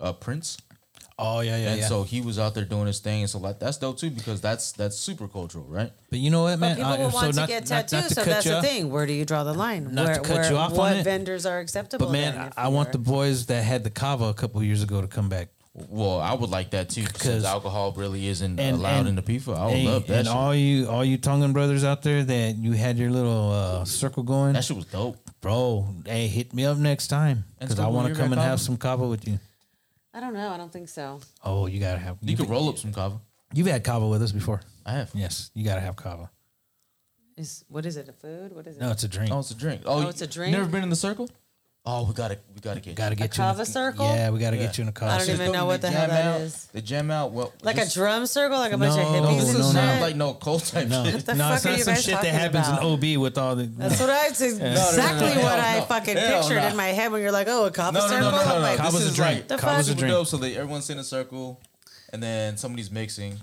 Speaker 1: uh prince.
Speaker 2: Oh yeah, yeah,
Speaker 1: And
Speaker 2: yeah.
Speaker 1: so he was out there doing his thing, and so like that's dope too because that's that's super cultural, right?
Speaker 2: but you know what, man?
Speaker 3: But people
Speaker 2: I-
Speaker 3: will
Speaker 2: so
Speaker 3: want
Speaker 2: not-
Speaker 3: to get
Speaker 2: not- not
Speaker 3: tattoos,
Speaker 2: to
Speaker 3: so
Speaker 2: cut
Speaker 3: that's
Speaker 2: you
Speaker 3: the
Speaker 2: off,
Speaker 3: thing. Where do you draw the line?
Speaker 2: Not to
Speaker 3: where,
Speaker 2: cut
Speaker 3: where-
Speaker 2: you off on
Speaker 3: what
Speaker 2: it,
Speaker 3: vendors are acceptable?
Speaker 2: But man,
Speaker 3: then, if
Speaker 2: I, I want
Speaker 3: you're-
Speaker 2: the boys that had the kava a couple years ago to come back.
Speaker 1: Well, I would like that too because
Speaker 2: 'Cause-
Speaker 1: alcohol really isn't
Speaker 2: and-
Speaker 1: allowed
Speaker 2: and-
Speaker 1: in the FIFA. I would
Speaker 2: Hey,
Speaker 1: love that.
Speaker 2: and
Speaker 1: Shit.
Speaker 2: all you all you Tongan brothers out there that you had your little uh, circle going.
Speaker 1: that shit was dope.
Speaker 2: bro, hey, hit me up next time
Speaker 1: And
Speaker 2: because
Speaker 1: so
Speaker 2: I
Speaker 1: when
Speaker 2: want to
Speaker 1: you're
Speaker 2: come
Speaker 1: at
Speaker 2: and have
Speaker 1: Cabo?
Speaker 2: some cava with you.
Speaker 3: I don't know. I don't think so.
Speaker 2: Oh, you gotta have.
Speaker 1: You could roll up some kava.
Speaker 2: You've had cava with us before.
Speaker 1: I have.
Speaker 2: Yes, you gotta have cava.
Speaker 3: Is what is it? A food? What is it?
Speaker 2: No, it's a drink.
Speaker 1: Oh, it's a drink. Oh,
Speaker 3: Oh, it's a
Speaker 1: you
Speaker 3: drink?
Speaker 1: Never been in the circle? Oh, we gotta we gotta get
Speaker 2: gotta get you
Speaker 3: cava
Speaker 2: in
Speaker 3: circle?
Speaker 2: Yeah, we gotta get
Speaker 1: Yeah.
Speaker 2: you in a cava.
Speaker 3: I don't
Speaker 2: circle.
Speaker 3: even know what the hell that is.
Speaker 1: The jam out. Well,
Speaker 3: Like
Speaker 1: just-
Speaker 3: a drum circle? Like a bunch of
Speaker 2: No,
Speaker 3: hippies
Speaker 1: This
Speaker 3: and
Speaker 1: is
Speaker 3: shit?
Speaker 1: not like no cold type
Speaker 2: No,
Speaker 1: shit.
Speaker 3: the
Speaker 2: no,
Speaker 3: fuck
Speaker 2: it's
Speaker 3: are
Speaker 2: not
Speaker 3: you
Speaker 2: some
Speaker 3: guys
Speaker 2: shit that
Speaker 3: talking
Speaker 2: happens
Speaker 3: about?
Speaker 2: in OB with all the.
Speaker 3: That's what I. It's
Speaker 1: no,
Speaker 3: exactly
Speaker 1: hell
Speaker 3: what I
Speaker 1: no.
Speaker 3: fucking
Speaker 1: Hell
Speaker 3: pictured
Speaker 1: no.
Speaker 3: in my head when you're like, oh, a cava
Speaker 1: No, no,
Speaker 3: circle.
Speaker 1: no, no,
Speaker 3: I'm
Speaker 1: no.
Speaker 3: like,
Speaker 1: This
Speaker 2: Kava's a
Speaker 1: is
Speaker 2: drink.
Speaker 1: like
Speaker 3: The
Speaker 2: Kava's a
Speaker 3: fuck?
Speaker 1: super
Speaker 2: drink.
Speaker 1: dope. So they, everyone's in a circle, and then somebody's mixing,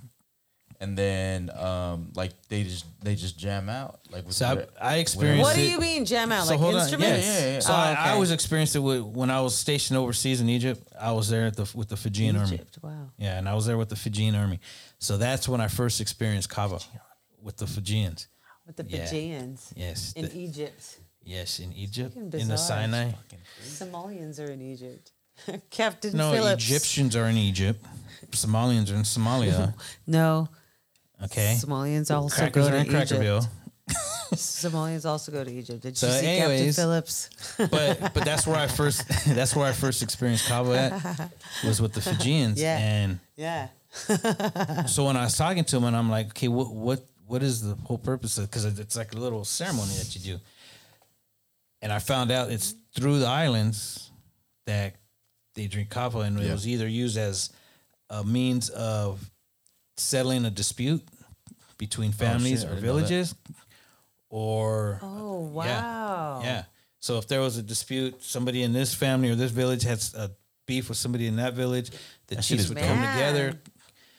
Speaker 1: and then um like they just they just jam out like with
Speaker 2: So I,
Speaker 1: whatever-
Speaker 2: I experienced.
Speaker 3: What do
Speaker 2: it-
Speaker 3: you mean jam out?
Speaker 2: So
Speaker 3: like
Speaker 2: hold on. Yeah,
Speaker 3: instruments?
Speaker 1: Yeah, yeah, yeah.
Speaker 2: So
Speaker 3: Oh,
Speaker 2: I,
Speaker 3: okay.
Speaker 2: I always experienced it with, when I was stationed overseas in Egypt. I was there at the with the Fijian army.
Speaker 3: Egypt, wow.
Speaker 2: Yeah, and I was there with the Fijian army. So that's when I first experienced kava with the Fijians.
Speaker 3: With the
Speaker 2: Yeah.
Speaker 3: Fijians
Speaker 2: Yes,
Speaker 3: in
Speaker 2: the-
Speaker 3: Egypt.
Speaker 2: yes, in Egypt,
Speaker 3: Fucking
Speaker 2: in the
Speaker 3: bizarre.
Speaker 2: Sinai.
Speaker 3: Somalians are in Egypt. Captain
Speaker 2: No,
Speaker 3: Phillips.
Speaker 2: Egyptians are in Egypt. Somalians are in Somalia.
Speaker 3: No.
Speaker 2: Okay.
Speaker 3: Somalians also
Speaker 2: Crackers
Speaker 3: go
Speaker 2: are in
Speaker 3: to
Speaker 2: Crackerville.
Speaker 3: Egypt. Somalians also go to Egypt. Did
Speaker 2: So
Speaker 3: you see Captain
Speaker 2: anyways-
Speaker 3: Phillips?
Speaker 2: But but that's where I first that's where I first experienced Cabo at was with the Fijians.
Speaker 3: Yeah. Uh-huh.
Speaker 2: And
Speaker 3: Yeah.
Speaker 2: so when I was talking to him and I'm like, okay, what what what is the whole purpose of because it's like a little ceremony that you do. and I found out it's through the islands that they drink kava, and it was either used as a means of settling a dispute between families
Speaker 1: Oh, I
Speaker 2: or
Speaker 1: didn't know that.
Speaker 2: villages, or
Speaker 3: Oh
Speaker 2: yeah.
Speaker 3: wow.
Speaker 2: Yeah. Um, So if there was a dispute, somebody in this family or this village had a beef with somebody in that village, the
Speaker 1: shit
Speaker 2: chiefs
Speaker 1: is
Speaker 2: would
Speaker 1: dope.
Speaker 2: come
Speaker 3: Man.
Speaker 2: together.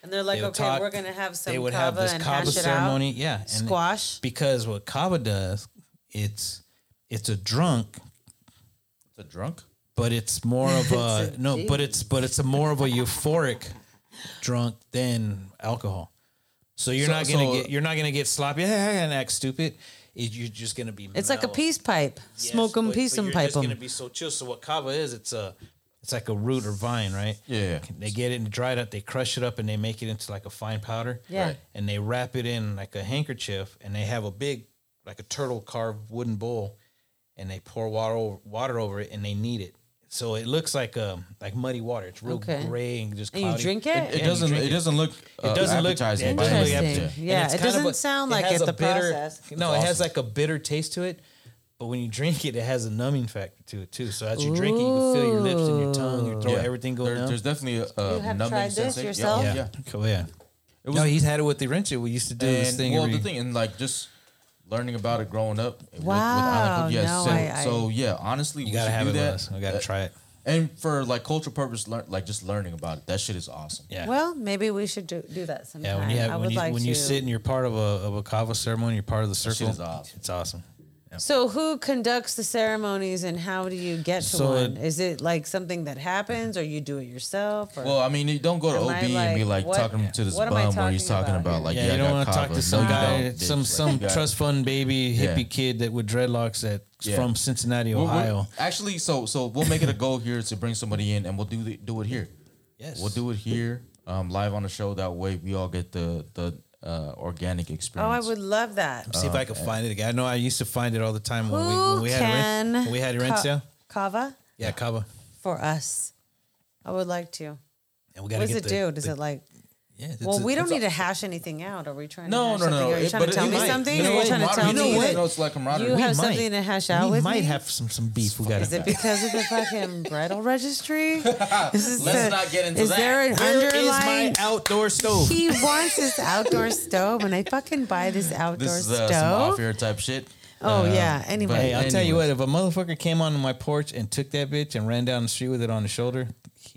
Speaker 3: And they're like,
Speaker 2: they would
Speaker 3: okay,
Speaker 2: talk,
Speaker 3: we're gonna have some.
Speaker 2: They would
Speaker 3: kava
Speaker 2: have this
Speaker 3: and
Speaker 2: kava
Speaker 3: hash it out.
Speaker 2: ceremony. Yeah. and-
Speaker 3: Squash.
Speaker 2: because what kava does, it's it's a drunk,
Speaker 1: It's a drunk.
Speaker 2: but it's more of a,
Speaker 3: It's a
Speaker 2: no, but it's but it's a more of a euphoric drunk than alcohol. So you're
Speaker 1: So-
Speaker 2: not gonna
Speaker 1: so-
Speaker 2: get you're not gonna get sloppy and act stupid. It, you're just gonna be.
Speaker 3: It's like a
Speaker 2: mellow.
Speaker 3: peace pipe.
Speaker 2: Yes,
Speaker 3: Smoke 'em,
Speaker 2: but-
Speaker 3: peace
Speaker 2: but
Speaker 3: 'em,
Speaker 2: you're
Speaker 3: pipe
Speaker 2: just gonna
Speaker 3: 'em.
Speaker 2: be so chill. So what kava is? It's a, it's like a root or vine, right?
Speaker 1: Yeah.
Speaker 2: They get it and dry it up. They crush it up and they make it into like a fine powder.
Speaker 3: Yeah. Right.
Speaker 2: And they wrap it in like a handkerchief and they have a big, like a turtle carved wooden bowl, and they pour water over, water over it and they knead it. So it looks like um like muddy water. It's real
Speaker 3: Okay.
Speaker 2: gray and just
Speaker 3: And
Speaker 2: cloudy.
Speaker 3: you drink it.
Speaker 1: It
Speaker 2: you
Speaker 1: doesn't.
Speaker 2: drink
Speaker 1: It
Speaker 2: it.
Speaker 1: doesn't look. Uh,
Speaker 2: It doesn't look
Speaker 1: appetizing.
Speaker 2: It
Speaker 1: by any
Speaker 2: doesn't look
Speaker 1: means.
Speaker 3: Interesting.
Speaker 1: Yeah.
Speaker 3: Yeah,
Speaker 2: it's
Speaker 3: it
Speaker 2: kind of
Speaker 3: doesn't
Speaker 2: a-
Speaker 3: sound
Speaker 2: it
Speaker 3: like
Speaker 2: has
Speaker 3: it,
Speaker 2: a
Speaker 3: the
Speaker 2: bitter,
Speaker 3: process.
Speaker 2: No, it has like a bitter taste to it, but when you drink it, it has a numbing factor to it too. So as you drink it, you can feel your lips and your tongue, your throat,
Speaker 1: Yeah.
Speaker 2: everything
Speaker 1: There-
Speaker 2: going numb.
Speaker 1: There's definitely a, a
Speaker 3: You have
Speaker 1: numbing
Speaker 3: tried this
Speaker 1: sensation. Yeah,
Speaker 3: yourself?
Speaker 1: Yeah.
Speaker 2: yeah, cool, yeah.
Speaker 1: was-
Speaker 2: no, he's had it with the wrench. We used to do this
Speaker 1: And,
Speaker 2: thing.
Speaker 1: well,
Speaker 2: every-
Speaker 1: the thing and like just learning about it growing up. with- with
Speaker 3: Wow,
Speaker 1: Island Cook, yeah,
Speaker 3: no,
Speaker 1: so,
Speaker 3: I- I-
Speaker 1: so, yeah, honestly,
Speaker 2: you
Speaker 1: we
Speaker 2: gotta
Speaker 1: should
Speaker 2: have
Speaker 1: do
Speaker 2: it
Speaker 1: that.
Speaker 2: with us. We gotta
Speaker 1: Uh,
Speaker 2: try it.
Speaker 1: And for like cultural purpose, learn like just learning about it. That shit is awesome.
Speaker 2: Yeah.
Speaker 3: Well, maybe we should do, do that sometime.
Speaker 2: yeah, when you
Speaker 3: I
Speaker 2: have,
Speaker 3: would
Speaker 2: when you
Speaker 3: like
Speaker 2: when
Speaker 3: to.
Speaker 2: you sit and you're part of a of a kava ceremony, you're part of the circle.
Speaker 1: is awesome.
Speaker 2: It's awesome.
Speaker 3: So, who conducts the ceremonies, and how do you get to
Speaker 2: So
Speaker 3: one?
Speaker 2: it-
Speaker 3: Is it like something that happens, or you do it yourself? Or?
Speaker 1: Well, I mean, you don't go to
Speaker 3: Am
Speaker 1: OB
Speaker 3: I
Speaker 1: and be
Speaker 3: like,
Speaker 1: like
Speaker 3: what-
Speaker 1: talking to this
Speaker 3: what am I
Speaker 1: bum where he's
Speaker 3: talking
Speaker 1: talking
Speaker 3: about
Speaker 1: about like
Speaker 2: Yeah,
Speaker 1: yeah,
Speaker 2: you
Speaker 1: I
Speaker 2: don't
Speaker 1: got
Speaker 2: want to talk
Speaker 1: copper.
Speaker 2: to some
Speaker 1: No, you
Speaker 2: guy,
Speaker 1: don't,
Speaker 2: some
Speaker 1: bitch. Like,
Speaker 2: some
Speaker 1: you got-
Speaker 2: trust fund baby
Speaker 1: Yeah.
Speaker 2: hippie kid that with dreadlocks that's
Speaker 1: Yeah.
Speaker 2: from Cincinnati,
Speaker 1: We're- we're-
Speaker 2: Ohio.
Speaker 1: Actually, so so we'll make it a goal here to bring somebody in, and we'll do the, do it here.
Speaker 2: Yes.
Speaker 1: we'll do it here, um, live on the show. That way, we all get the the uh, organic experience.
Speaker 3: oh, I would love that.
Speaker 2: See if I can find it again. I know I used to find it all the time uh, when we
Speaker 3: who
Speaker 2: when we had a
Speaker 3: can
Speaker 2: rent, when we had a rent
Speaker 3: ca-
Speaker 2: sale.
Speaker 3: Kava
Speaker 2: Yeah, Kava.
Speaker 3: for us? I would like to.
Speaker 2: And we
Speaker 3: What
Speaker 2: gotta
Speaker 3: does
Speaker 2: get
Speaker 3: it
Speaker 2: the,
Speaker 3: do? Does
Speaker 2: the-
Speaker 3: it like?
Speaker 2: Yeah, it's
Speaker 3: Well,
Speaker 2: a-
Speaker 3: we don't
Speaker 2: it's a-
Speaker 3: need to hash anything out. Are we trying?
Speaker 1: No,
Speaker 3: to hash
Speaker 1: no, no,
Speaker 3: something? Are you
Speaker 1: it-
Speaker 3: trying to
Speaker 1: but
Speaker 3: tell
Speaker 1: it
Speaker 3: me
Speaker 1: might.
Speaker 3: something?
Speaker 1: You know
Speaker 3: Are you
Speaker 1: what?
Speaker 3: trying to
Speaker 1: Might.
Speaker 3: tell
Speaker 1: You know
Speaker 3: me
Speaker 1: what?
Speaker 3: that
Speaker 1: No, it's like camaraderie.
Speaker 3: You
Speaker 1: We
Speaker 3: have
Speaker 2: might.
Speaker 3: something to hash out
Speaker 2: we
Speaker 3: with
Speaker 2: might
Speaker 3: me?
Speaker 2: have some some beef. We gotta
Speaker 3: Is it because of the fucking bridal registry? This is
Speaker 1: Let's
Speaker 3: the-
Speaker 1: not get into
Speaker 3: is
Speaker 1: that.
Speaker 3: there an
Speaker 2: Where is my
Speaker 3: underlying?
Speaker 2: outdoor stove?
Speaker 3: he wants this outdoor stove, and I fucking buy this outdoor
Speaker 1: This is uh, some Uh, off
Speaker 3: stove.
Speaker 1: air type shit.
Speaker 3: oh yeah. Anyway,
Speaker 2: Hey, I'll tell you
Speaker 1: Anyways.
Speaker 2: what, if a motherfucker came onto my porch and took that bitch and ran down the street with it on his shoulder,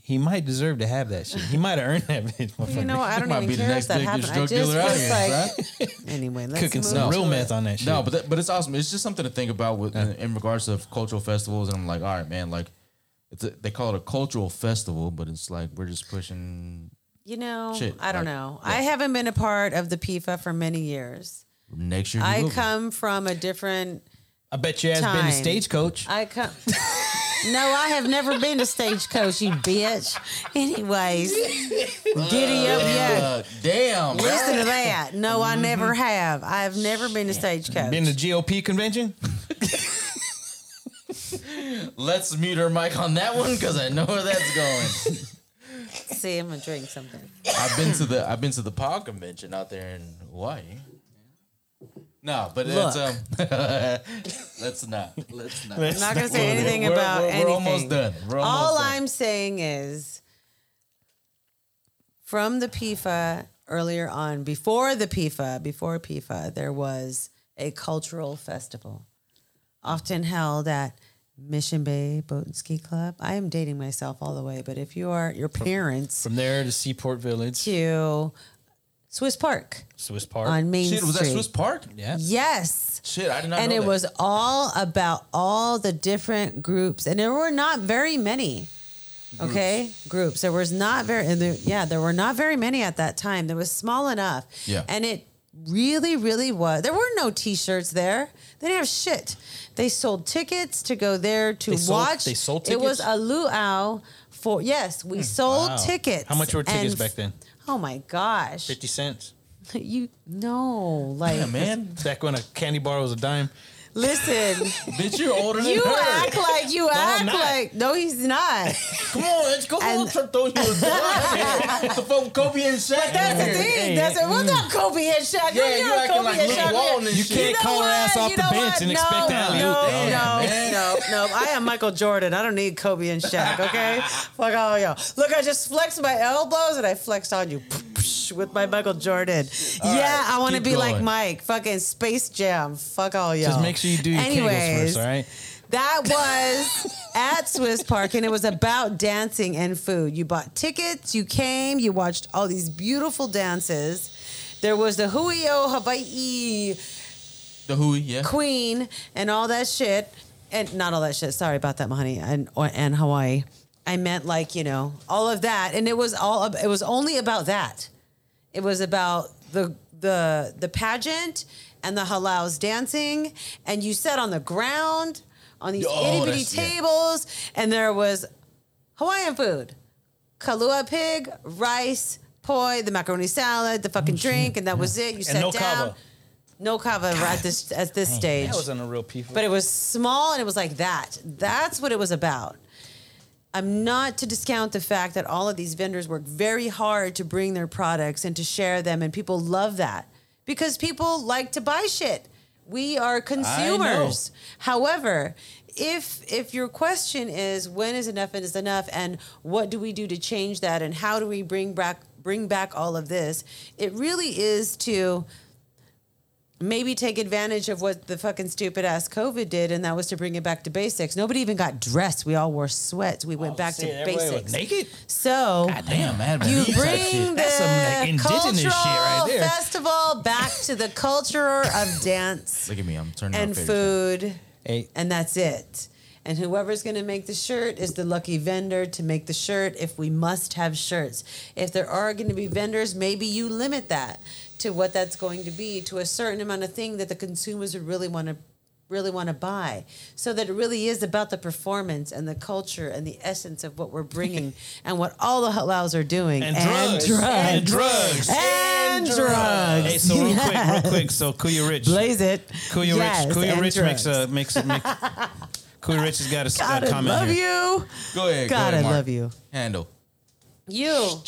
Speaker 2: he might deserve to have that shit. He might have earned that bitch.
Speaker 3: you
Speaker 2: motherfucker.
Speaker 3: know I don't
Speaker 1: Might
Speaker 3: even
Speaker 1: be the
Speaker 3: care if
Speaker 1: next
Speaker 3: that
Speaker 1: biggest
Speaker 3: happened. I
Speaker 1: drug
Speaker 3: just
Speaker 1: dealer out
Speaker 3: was
Speaker 1: here,
Speaker 3: like, anyway, let's
Speaker 2: cooking
Speaker 3: move
Speaker 2: some real
Speaker 3: to
Speaker 2: meth
Speaker 3: it.
Speaker 2: on that shit.
Speaker 1: No, but that, but it's awesome. It's just something to think about with in, in regards of cultural festivals. And I'm like, all right, man, like it's a, they call it a cultural festival, but it's like we're just pushing
Speaker 3: You know,
Speaker 1: Shit,
Speaker 3: I don't
Speaker 1: like,
Speaker 3: know. I haven't been a part of the PIFA for many years.
Speaker 1: next year.
Speaker 3: I
Speaker 1: we will be.
Speaker 3: come from a different.
Speaker 2: I bet you has been
Speaker 3: Time.
Speaker 2: a stagecoach.
Speaker 3: I come. no, I have never been to stagecoach, you bitch. Anyways, giddy up, yeah.
Speaker 1: Uh, Mm-hmm. damn. man.
Speaker 3: Listen to that. No, I never have. I've never been to stagecoach.
Speaker 2: Been to GOP convention?
Speaker 1: Let's mute her mic on that one because I know where that's going.
Speaker 3: See, I'm gonna drink something.
Speaker 1: I've been to the I've been to the POG convention out there in Hawaii. No, but
Speaker 3: Look.
Speaker 1: it's um let's not. Let's not.
Speaker 3: I'm not gonna say anything
Speaker 1: we're,
Speaker 3: about
Speaker 1: we're,
Speaker 3: anything.
Speaker 1: we're almost done. We're almost
Speaker 3: All
Speaker 1: done.
Speaker 3: I'm saying is from the PIFA earlier on, before the PIFA, before PIFA, there was a cultural festival often held at Mission Bay Boat and Ski Club. I am dating myself all the way, but if you are your parents
Speaker 2: From there to Seaport Village,
Speaker 3: to Swiss Park
Speaker 2: Swiss Park.
Speaker 3: on Main
Speaker 1: Shit, was that
Speaker 3: Street.
Speaker 1: Swiss Park?
Speaker 2: yeah.
Speaker 3: Yes
Speaker 1: Shit, I did not
Speaker 3: and
Speaker 1: know
Speaker 3: it
Speaker 1: that.
Speaker 3: was all about all the different groups and there were not very many okay groups, there was not very and there, yeah there were not very many at that time there was small enough
Speaker 1: Yeah.
Speaker 3: and it really really was there were no t-shirts there they didn't have shit they sold tickets to go there to
Speaker 2: They sold-
Speaker 3: watch
Speaker 2: they sold
Speaker 3: it was
Speaker 2: tickets? Hmm.
Speaker 3: a luau for yes we sold
Speaker 2: Wow.
Speaker 3: tickets
Speaker 2: How much were tickets
Speaker 3: and-
Speaker 2: back then?
Speaker 3: oh my gosh
Speaker 2: 50 cents.
Speaker 3: you no like
Speaker 1: Yeah, man.
Speaker 2: Back when a candy bar was a dime.
Speaker 3: Listen,
Speaker 1: Bitch, you're older than
Speaker 3: you
Speaker 1: her.
Speaker 3: act like you act
Speaker 1: not.
Speaker 3: like no, he's not.
Speaker 1: Come on, let's go
Speaker 3: And-
Speaker 1: and, trip though. You was drunk. the fuck Kobe and Shaq. But
Speaker 3: That's the thing. That's it. Well, not Kobe and Shaq.
Speaker 1: Yeah,
Speaker 3: you're
Speaker 1: you
Speaker 3: not
Speaker 1: acting
Speaker 3: Kobe
Speaker 1: like
Speaker 3: and
Speaker 1: Luke
Speaker 3: Shaq.
Speaker 1: Walton and
Speaker 2: You
Speaker 1: shit.
Speaker 2: can't call her ass off the bench and expect the alley-oop.
Speaker 3: No,
Speaker 1: Damn,
Speaker 3: no,
Speaker 1: man.
Speaker 3: no, no. I am Michael Jordan. I don't need Kobe and Shaq. Okay, fuck all y'all. Look, I just flexed my elbows and I flexed on you with my Michael Jordan. yeah, I want to
Speaker 1: keep
Speaker 3: be like
Speaker 1: going.
Speaker 3: Mike. Fucking Space Jam. Fuck all y'all.
Speaker 2: Just make sure you do your kegels
Speaker 3: Anyways,
Speaker 2: first, all right?
Speaker 3: that was at Swiss Park, and it was about dancing and food. You bought tickets, you came, you watched all these beautiful dances. There was the Huio Hawaii
Speaker 1: The Hui, yeah.
Speaker 3: Queen and all that shit, and not all that shit. Sorry about that, honey, and or, and Hawaii. I meant like you know all of that, and it was all. ab- It was only about that. It was about the the the pageant and the halals dancing, and you sat on the ground on these
Speaker 1: Oh,
Speaker 3: itty bitty
Speaker 1: that's- yeah.
Speaker 3: tables, and there was Hawaiian food, kalua pig, rice, poi, the macaroni salad, the fucking drink, and that was it. You sat
Speaker 2: Oh, no
Speaker 3: down.
Speaker 2: kava.
Speaker 3: No kava at this at this stage.
Speaker 2: That wasn't a real people.
Speaker 3: But it was small and it was like that. That's what it was about. I'm not to discount the fact that all of these vendors work very hard to bring their products and to share them, and people love that because people like to buy shit. We are consumers. However, if if your question is when is enough is enough, and what do we do to change that, and how do we bring back bring back all of this, it really is to maybe take advantage of what the fucking stupid ass COVID did, and that was to bring it back to basics. Nobody even got dressed. We all wore sweats. We
Speaker 2: Oh,
Speaker 3: went back to basics.
Speaker 2: naked.
Speaker 3: So
Speaker 2: Damn, man.
Speaker 3: you bring the
Speaker 2: That's some like,
Speaker 3: cultural
Speaker 2: indigenous shit right there.
Speaker 3: festival back to the culture of dance
Speaker 1: Look at me, I'm turning
Speaker 3: and
Speaker 1: off
Speaker 3: food,
Speaker 2: Hey.
Speaker 3: and that's it. And whoever's going to make the shirt is the lucky vendor to make the shirt if we must have shirts. If there are going to be vendors, maybe you limit that to what that's going to be to a certain amount of thing that the consumers would really want to really want to buy so that it really is about the performance and the culture and the essence of what we're bringing and what all the halalas are doing
Speaker 2: And drugs. And drugs.
Speaker 3: and drugs
Speaker 2: Hey, so real quick, real quick. So Kuya Rich,
Speaker 3: blaze it
Speaker 2: Kuya
Speaker 3: Yes,
Speaker 2: Rich, Kuya
Speaker 3: and
Speaker 2: Rich makes
Speaker 3: drugs.
Speaker 2: a makes a makes. Kuya Rich has got a, s- a
Speaker 3: God, I
Speaker 2: comment
Speaker 3: love
Speaker 2: here.
Speaker 3: you.
Speaker 1: Go ahead.
Speaker 3: God,
Speaker 1: go ahead,
Speaker 3: I
Speaker 1: Mark.
Speaker 3: love you.
Speaker 1: Handle.
Speaker 3: You.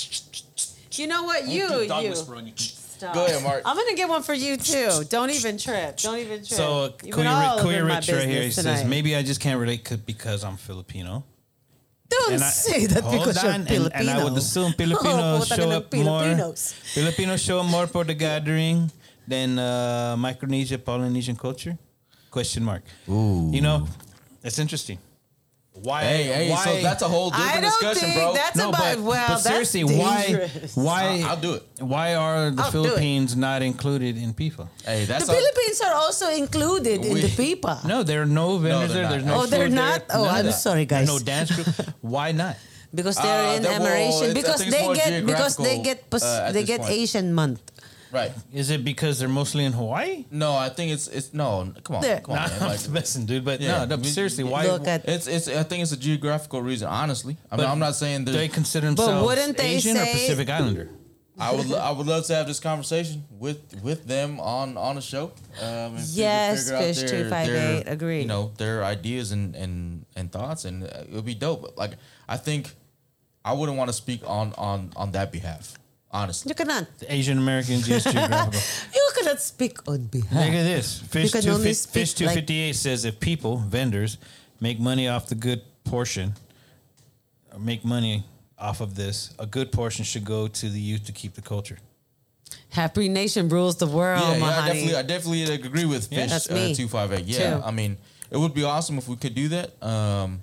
Speaker 3: You know what? You.
Speaker 5: Dog
Speaker 3: you.
Speaker 5: whisper on you.
Speaker 3: Stop.
Speaker 1: Go ahead, Mark.
Speaker 3: I'm gonna get one for you too. Don't even trip. Don't even trip.
Speaker 2: So uh,
Speaker 3: You've been
Speaker 2: Kuya, Rich,
Speaker 3: all over
Speaker 2: Kuya
Speaker 3: my
Speaker 2: Rich right here. He
Speaker 3: business
Speaker 2: says
Speaker 3: tonight.
Speaker 2: maybe I just can't relate 'cause- because I'm Filipino.
Speaker 3: Don't say that
Speaker 2: hold
Speaker 3: because
Speaker 2: on,
Speaker 3: you're Filipino. Oh,
Speaker 2: and, and I would
Speaker 1: Oh,
Speaker 2: assume Filipinos
Speaker 3: puta
Speaker 2: show
Speaker 3: ka,
Speaker 2: up more.
Speaker 3: Filipinos.
Speaker 2: Filipinos show up more for the gathering than uh, Micronesia, Polynesian culture? Question mark. Ooh. You know, it's interesting. Why?
Speaker 1: Hey, hey,
Speaker 2: why,
Speaker 1: so that's a whole different
Speaker 3: I don't
Speaker 1: discussion,
Speaker 3: think
Speaker 1: bro.
Speaker 3: that's
Speaker 2: no,
Speaker 3: about.
Speaker 2: but,
Speaker 3: well,
Speaker 2: but
Speaker 3: that's
Speaker 2: seriously, why?
Speaker 3: dangerous.
Speaker 2: Why?
Speaker 1: I'll- I'll do it.
Speaker 2: Why are the
Speaker 3: I'll do it.
Speaker 2: Philippines not included in PIFA?
Speaker 1: Hey,
Speaker 3: The
Speaker 1: that's all-
Speaker 3: Philippines are also included in
Speaker 1: We-
Speaker 3: the PIPA.
Speaker 2: No, there are no vendors
Speaker 1: they're not.
Speaker 2: there. There's no
Speaker 3: Oh, they're
Speaker 2: food there,
Speaker 3: not? Oh,
Speaker 2: none of
Speaker 3: I'm
Speaker 2: that.
Speaker 3: sorry,
Speaker 2: There's No
Speaker 3: guys.
Speaker 2: dance group. why not?
Speaker 3: because they're
Speaker 1: Uh,
Speaker 3: in
Speaker 1: that- well, it's-
Speaker 3: admiration.
Speaker 1: I
Speaker 3: Because
Speaker 1: think it's
Speaker 3: they
Speaker 1: more
Speaker 3: get because they
Speaker 1: geographical,
Speaker 3: get pos-
Speaker 1: uh, at
Speaker 3: they
Speaker 1: this
Speaker 3: get
Speaker 1: point.
Speaker 3: Asian month.
Speaker 1: Right.
Speaker 2: Is it because they're mostly in Hawaii?
Speaker 1: No, I think it's it's no. Come on,
Speaker 3: There.
Speaker 1: come on.
Speaker 2: Nah,
Speaker 1: man.
Speaker 2: I'm
Speaker 1: Like,
Speaker 2: just messing, dude. But
Speaker 1: Yeah.
Speaker 2: no, no, seriously, why?
Speaker 3: Look at-
Speaker 1: it's it's. I think it's a geographical reason. Honestly, I mean,
Speaker 2: But
Speaker 1: I'm not saying
Speaker 2: do
Speaker 1: that.
Speaker 2: they consider themselves
Speaker 3: wouldn't they
Speaker 2: Asian
Speaker 3: say-
Speaker 2: or Pacific Islander?
Speaker 1: I would. lo- I would love to have this conversation with with them on on a show. Um, and figure-
Speaker 3: Yes,
Speaker 1: figure out
Speaker 3: Fish
Speaker 1: their-
Speaker 3: 258,
Speaker 1: their,
Speaker 3: agreed.
Speaker 1: You know their ideas and and and thoughts, and uh, it would be dope. Like I think I wouldn't want to speak on on on that behalf. Honestly,
Speaker 3: You cannot.
Speaker 2: The Asian Americans is geographical.
Speaker 3: You cannot speak on behalf.
Speaker 2: Look at this. Fish,
Speaker 3: can
Speaker 2: two,
Speaker 3: only
Speaker 2: fif- Fish
Speaker 3: speak like-
Speaker 2: 258 says if people, vendors, make money off the good portion, or make money off of this, a good portion should go to the youth to keep the culture.
Speaker 3: Happy Nation rules the world,
Speaker 1: yeah, yeah,
Speaker 3: Oh, my
Speaker 1: I
Speaker 3: honey.
Speaker 1: definitely, I definitely like, agree with Fish
Speaker 3: That's
Speaker 1: uh,
Speaker 3: me,
Speaker 1: two five eight. Yeah,
Speaker 3: too.
Speaker 1: I mean, it would be awesome if we could do that. Um,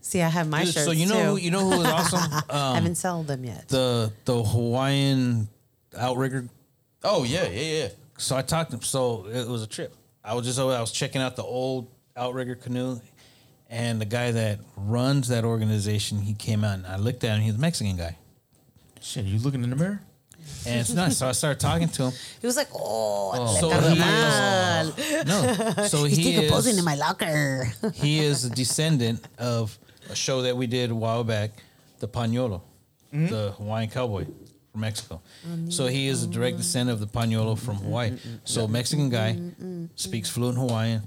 Speaker 3: See, I have my
Speaker 2: Dude,
Speaker 3: shirts
Speaker 2: so you know
Speaker 3: too.
Speaker 2: who you know who is awesome?
Speaker 3: I
Speaker 2: Um,
Speaker 3: haven't sold them yet.
Speaker 2: the the Hawaiian outrigger
Speaker 1: oh yeah, yeah, yeah.
Speaker 2: So I talked to him. So it was a trip. I was just over. I was checking out the old outrigger canoe, and the guy that runs that organization, he came out, and I looked at him. He's a Mexican guy,
Speaker 1: Shit, you looking in the mirror?
Speaker 2: and it's nice. So I started talking to him.
Speaker 3: he was like, "Oh,
Speaker 2: So
Speaker 3: le
Speaker 2: he
Speaker 3: cago mal.
Speaker 2: is, no, so
Speaker 3: He's
Speaker 2: he
Speaker 3: decomposing in
Speaker 2: is
Speaker 3: my locker."
Speaker 2: he is a descendant of a show that we did a while back, the Pañolo, the Hawaiian cowboy from Mexico.
Speaker 3: Mm-hmm.
Speaker 2: So he is a direct
Speaker 3: Mm-hmm.
Speaker 2: descendant of the Pañolo from Hawaii. So Mexican guy speaks fluent Hawaiian,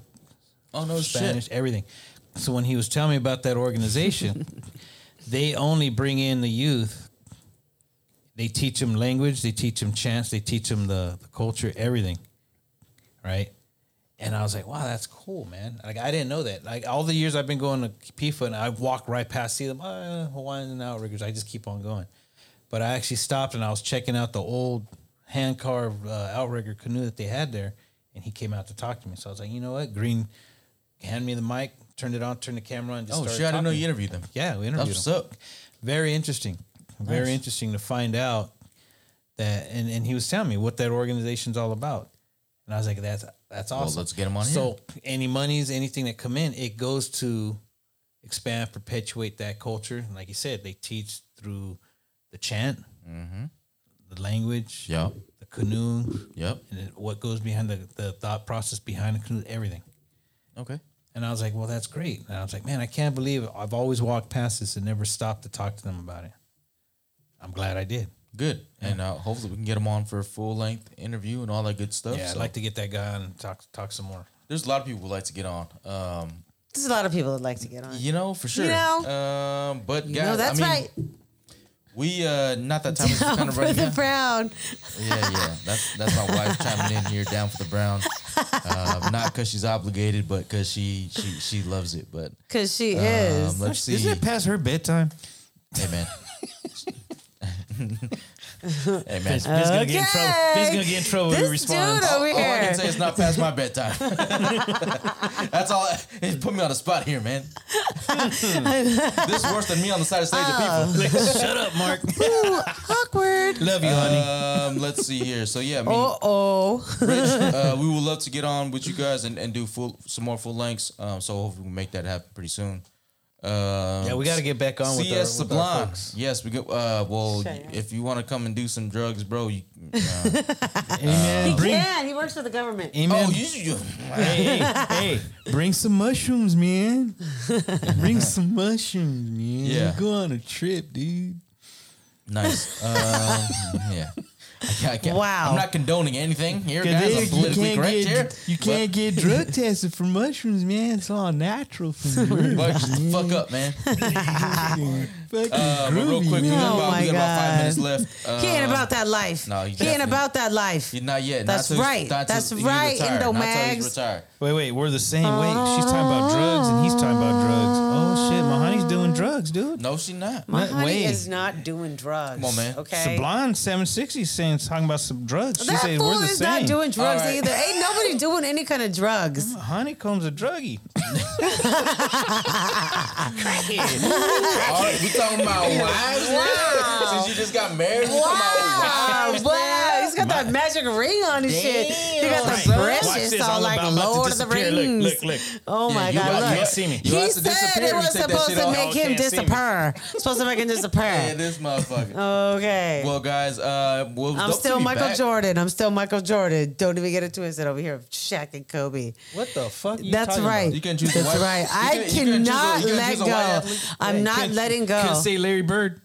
Speaker 1: Oh, no shit.
Speaker 2: Spanish, everything. So when he was telling me about that organization, they only bring in the youth. They teach them language, they teach them chants, they teach them the, the culture, everything, right? And I was like, wow, that's cool, man. Like I didn't know that. Like all the years I've been going to PIFA, and I've walked right past, see them, uh, Hawaiian and outriggers. I just keep on going. But I actually stopped and I was checking out the old hand carved uh, outrigger canoe that they had there, and he came out to talk to me. So I was like, you know what, Green, hand me the mic, turned it on, turned the camera on. Just
Speaker 1: Oh
Speaker 2: started
Speaker 1: shit! I didn't know
Speaker 2: talking.
Speaker 1: you interviewed them.
Speaker 2: Yeah, we interviewed
Speaker 1: That's what's
Speaker 2: him.
Speaker 1: up.
Speaker 2: Very interesting. Very interesting to find out that, and, and he was telling me what that organization's all about, and I was like, that's that's awesome.
Speaker 1: let's get him on
Speaker 2: So any monies, anything that come in, it goes to expand, perpetuate that culture. And like you said, they teach through the chant,
Speaker 1: Mm-hmm.
Speaker 2: the language,
Speaker 1: Yeah.
Speaker 2: the canoe,
Speaker 1: Yep.
Speaker 2: and it- what goes behind the, the thought process behind the canoe, everything.
Speaker 1: Okay.
Speaker 2: And I was like, well, that's great. And I was like, man, I can't believe it. I've always walked past this and never stopped to talk to them about it. I'm glad I did.
Speaker 1: Good. And uh, hopefully we can get him on for a full length interview and all that good stuff.
Speaker 2: Yeah, I'd
Speaker 1: So
Speaker 2: like to get that guy on and talk talk some more.
Speaker 1: there's a lot of people who like to get on. Um,
Speaker 3: There's a lot of people that like to get on.
Speaker 1: you know, for sure.
Speaker 3: know.
Speaker 1: um, but guys,
Speaker 3: no,
Speaker 1: I
Speaker 3: that's
Speaker 1: mean,
Speaker 3: right.
Speaker 1: We uh, not that time is
Speaker 3: Down
Speaker 1: kind of
Speaker 3: for
Speaker 1: running
Speaker 3: the
Speaker 1: out.
Speaker 3: brown.
Speaker 1: yeah, yeah. That's that's my wife chiming in here, down for the Browns. Um, not because she's obligated, but because she she she loves it. But
Speaker 3: Because she is.
Speaker 1: um, let's see.
Speaker 5: Isn't it past her bedtime?
Speaker 1: Hey man. hey man.
Speaker 2: Vin's gonna get in trouble. Vin's
Speaker 3: Okay.
Speaker 2: gonna get in trouble if he
Speaker 3: This dude
Speaker 2: responds.
Speaker 3: over
Speaker 1: All Oh, I
Speaker 3: here.
Speaker 1: can say is not past my bedtime. That's all. It put me on the spot here, man. this is worse than me on the side of stage
Speaker 3: Ah.
Speaker 1: of people.
Speaker 2: Shut up, Mark.
Speaker 3: Ooh, awkward.
Speaker 2: Love you, honey.
Speaker 1: Um, let's see here. So yeah, I mean,
Speaker 3: Uh oh.
Speaker 1: Rich, uh, we would love to get on with you guys and, and do full some more full lengths. Um, so hopefully we make that happen pretty soon. Um,
Speaker 2: Yeah, we got to get back on with
Speaker 1: CS
Speaker 2: our, with our
Speaker 1: Sublime.
Speaker 2: folks.
Speaker 1: Yes, we go. Uh, well,
Speaker 3: Shut up.
Speaker 1: if you want to come and do some drugs, bro, you.
Speaker 2: Uh,
Speaker 5: Amen.
Speaker 3: He can. He works for the government.
Speaker 5: Amen.
Speaker 1: Oh, you, you
Speaker 5: hey, hey, hey, bring some mushrooms, man. Bring some mushrooms, man.
Speaker 1: Yeah.
Speaker 5: Go on a trip, dude.
Speaker 1: nice. Um, yeah. I can't, I can't,
Speaker 3: Wow.
Speaker 1: I'm not condoning anything here,
Speaker 5: 'Cause
Speaker 1: guys.
Speaker 5: they-
Speaker 1: I'm politically correct
Speaker 5: get,
Speaker 1: here.
Speaker 5: You can't get drug tested for mushrooms, man. It's all natural for
Speaker 1: But,
Speaker 5: you.
Speaker 1: but shut the fuck up, man.
Speaker 5: Fucking
Speaker 1: Uh, but real
Speaker 5: groovy,
Speaker 1: quick, we
Speaker 5: man.
Speaker 1: got, about, we
Speaker 3: Oh
Speaker 1: got
Speaker 3: my
Speaker 1: about five
Speaker 3: God.
Speaker 1: minutes left. Uh,
Speaker 3: He ain't about that life.
Speaker 1: no, he
Speaker 3: he ain't
Speaker 1: definitely-
Speaker 3: about that life.
Speaker 1: Not yet.
Speaker 3: That's
Speaker 1: not till-
Speaker 3: right.
Speaker 1: not till
Speaker 3: That's
Speaker 1: he's
Speaker 3: right,
Speaker 1: retired. Not till he's
Speaker 3: Indomags.
Speaker 1: retired.
Speaker 2: Wait, wait, we're the same.
Speaker 5: Hey, wait, she's talking about drugs and he's talking about drugs. Oh shit, my honey's doing drugs, dude.
Speaker 1: No, she not.
Speaker 3: My
Speaker 5: Not
Speaker 3: honey
Speaker 5: way.
Speaker 3: is not doing drugs.
Speaker 1: Come on, man.
Speaker 3: Okay.
Speaker 5: Blonde 760 saying talking about some drugs. She
Speaker 3: that
Speaker 5: said
Speaker 3: fool
Speaker 5: we're the
Speaker 3: is
Speaker 5: same.
Speaker 3: not doing drugs
Speaker 1: right.
Speaker 3: either. Ain't nobody doing any kind of drugs.
Speaker 5: Honeycomb's a druggie.
Speaker 1: All right, we talking about wives now? Since you just got married, we talking about
Speaker 3: Wow,
Speaker 1: wives.
Speaker 3: wow. He's got that magic ring on his shit. He got the precious, all like Lord of the Rings.
Speaker 5: Look, look, look.
Speaker 3: Oh my
Speaker 1: you
Speaker 3: God!
Speaker 1: got- you
Speaker 3: Look,
Speaker 1: got- see me. You
Speaker 3: he
Speaker 1: got to
Speaker 3: said
Speaker 1: disappear
Speaker 3: it
Speaker 1: if you
Speaker 3: was
Speaker 1: take that
Speaker 3: supposed
Speaker 1: shit
Speaker 3: to
Speaker 1: off.
Speaker 3: make
Speaker 5: Y'all
Speaker 3: him
Speaker 5: can't see me.
Speaker 3: disappear. supposed to make him
Speaker 1: Yeah,
Speaker 3: disappear.
Speaker 1: this motherfucker.
Speaker 3: Okay.
Speaker 1: Well, guys, uh, well, it was
Speaker 3: I'm
Speaker 1: dope to
Speaker 3: still
Speaker 1: be
Speaker 3: Michael
Speaker 1: back.
Speaker 3: Jordan. I'm still Michael Jordan. Don't even get it twisted over here, Shaq and Kobe.
Speaker 2: What the fuck? you
Speaker 3: That's
Speaker 2: talking
Speaker 3: right.
Speaker 2: about?
Speaker 1: You can choose a
Speaker 3: That's
Speaker 1: white-
Speaker 3: right.
Speaker 1: you can-
Speaker 3: I
Speaker 1: you can choose a-
Speaker 3: cannot
Speaker 1: you can
Speaker 3: let
Speaker 1: choose a white
Speaker 3: go.
Speaker 1: athlete.
Speaker 3: I'm not letting
Speaker 2: Couldn't
Speaker 3: go.
Speaker 2: say Larry Bird.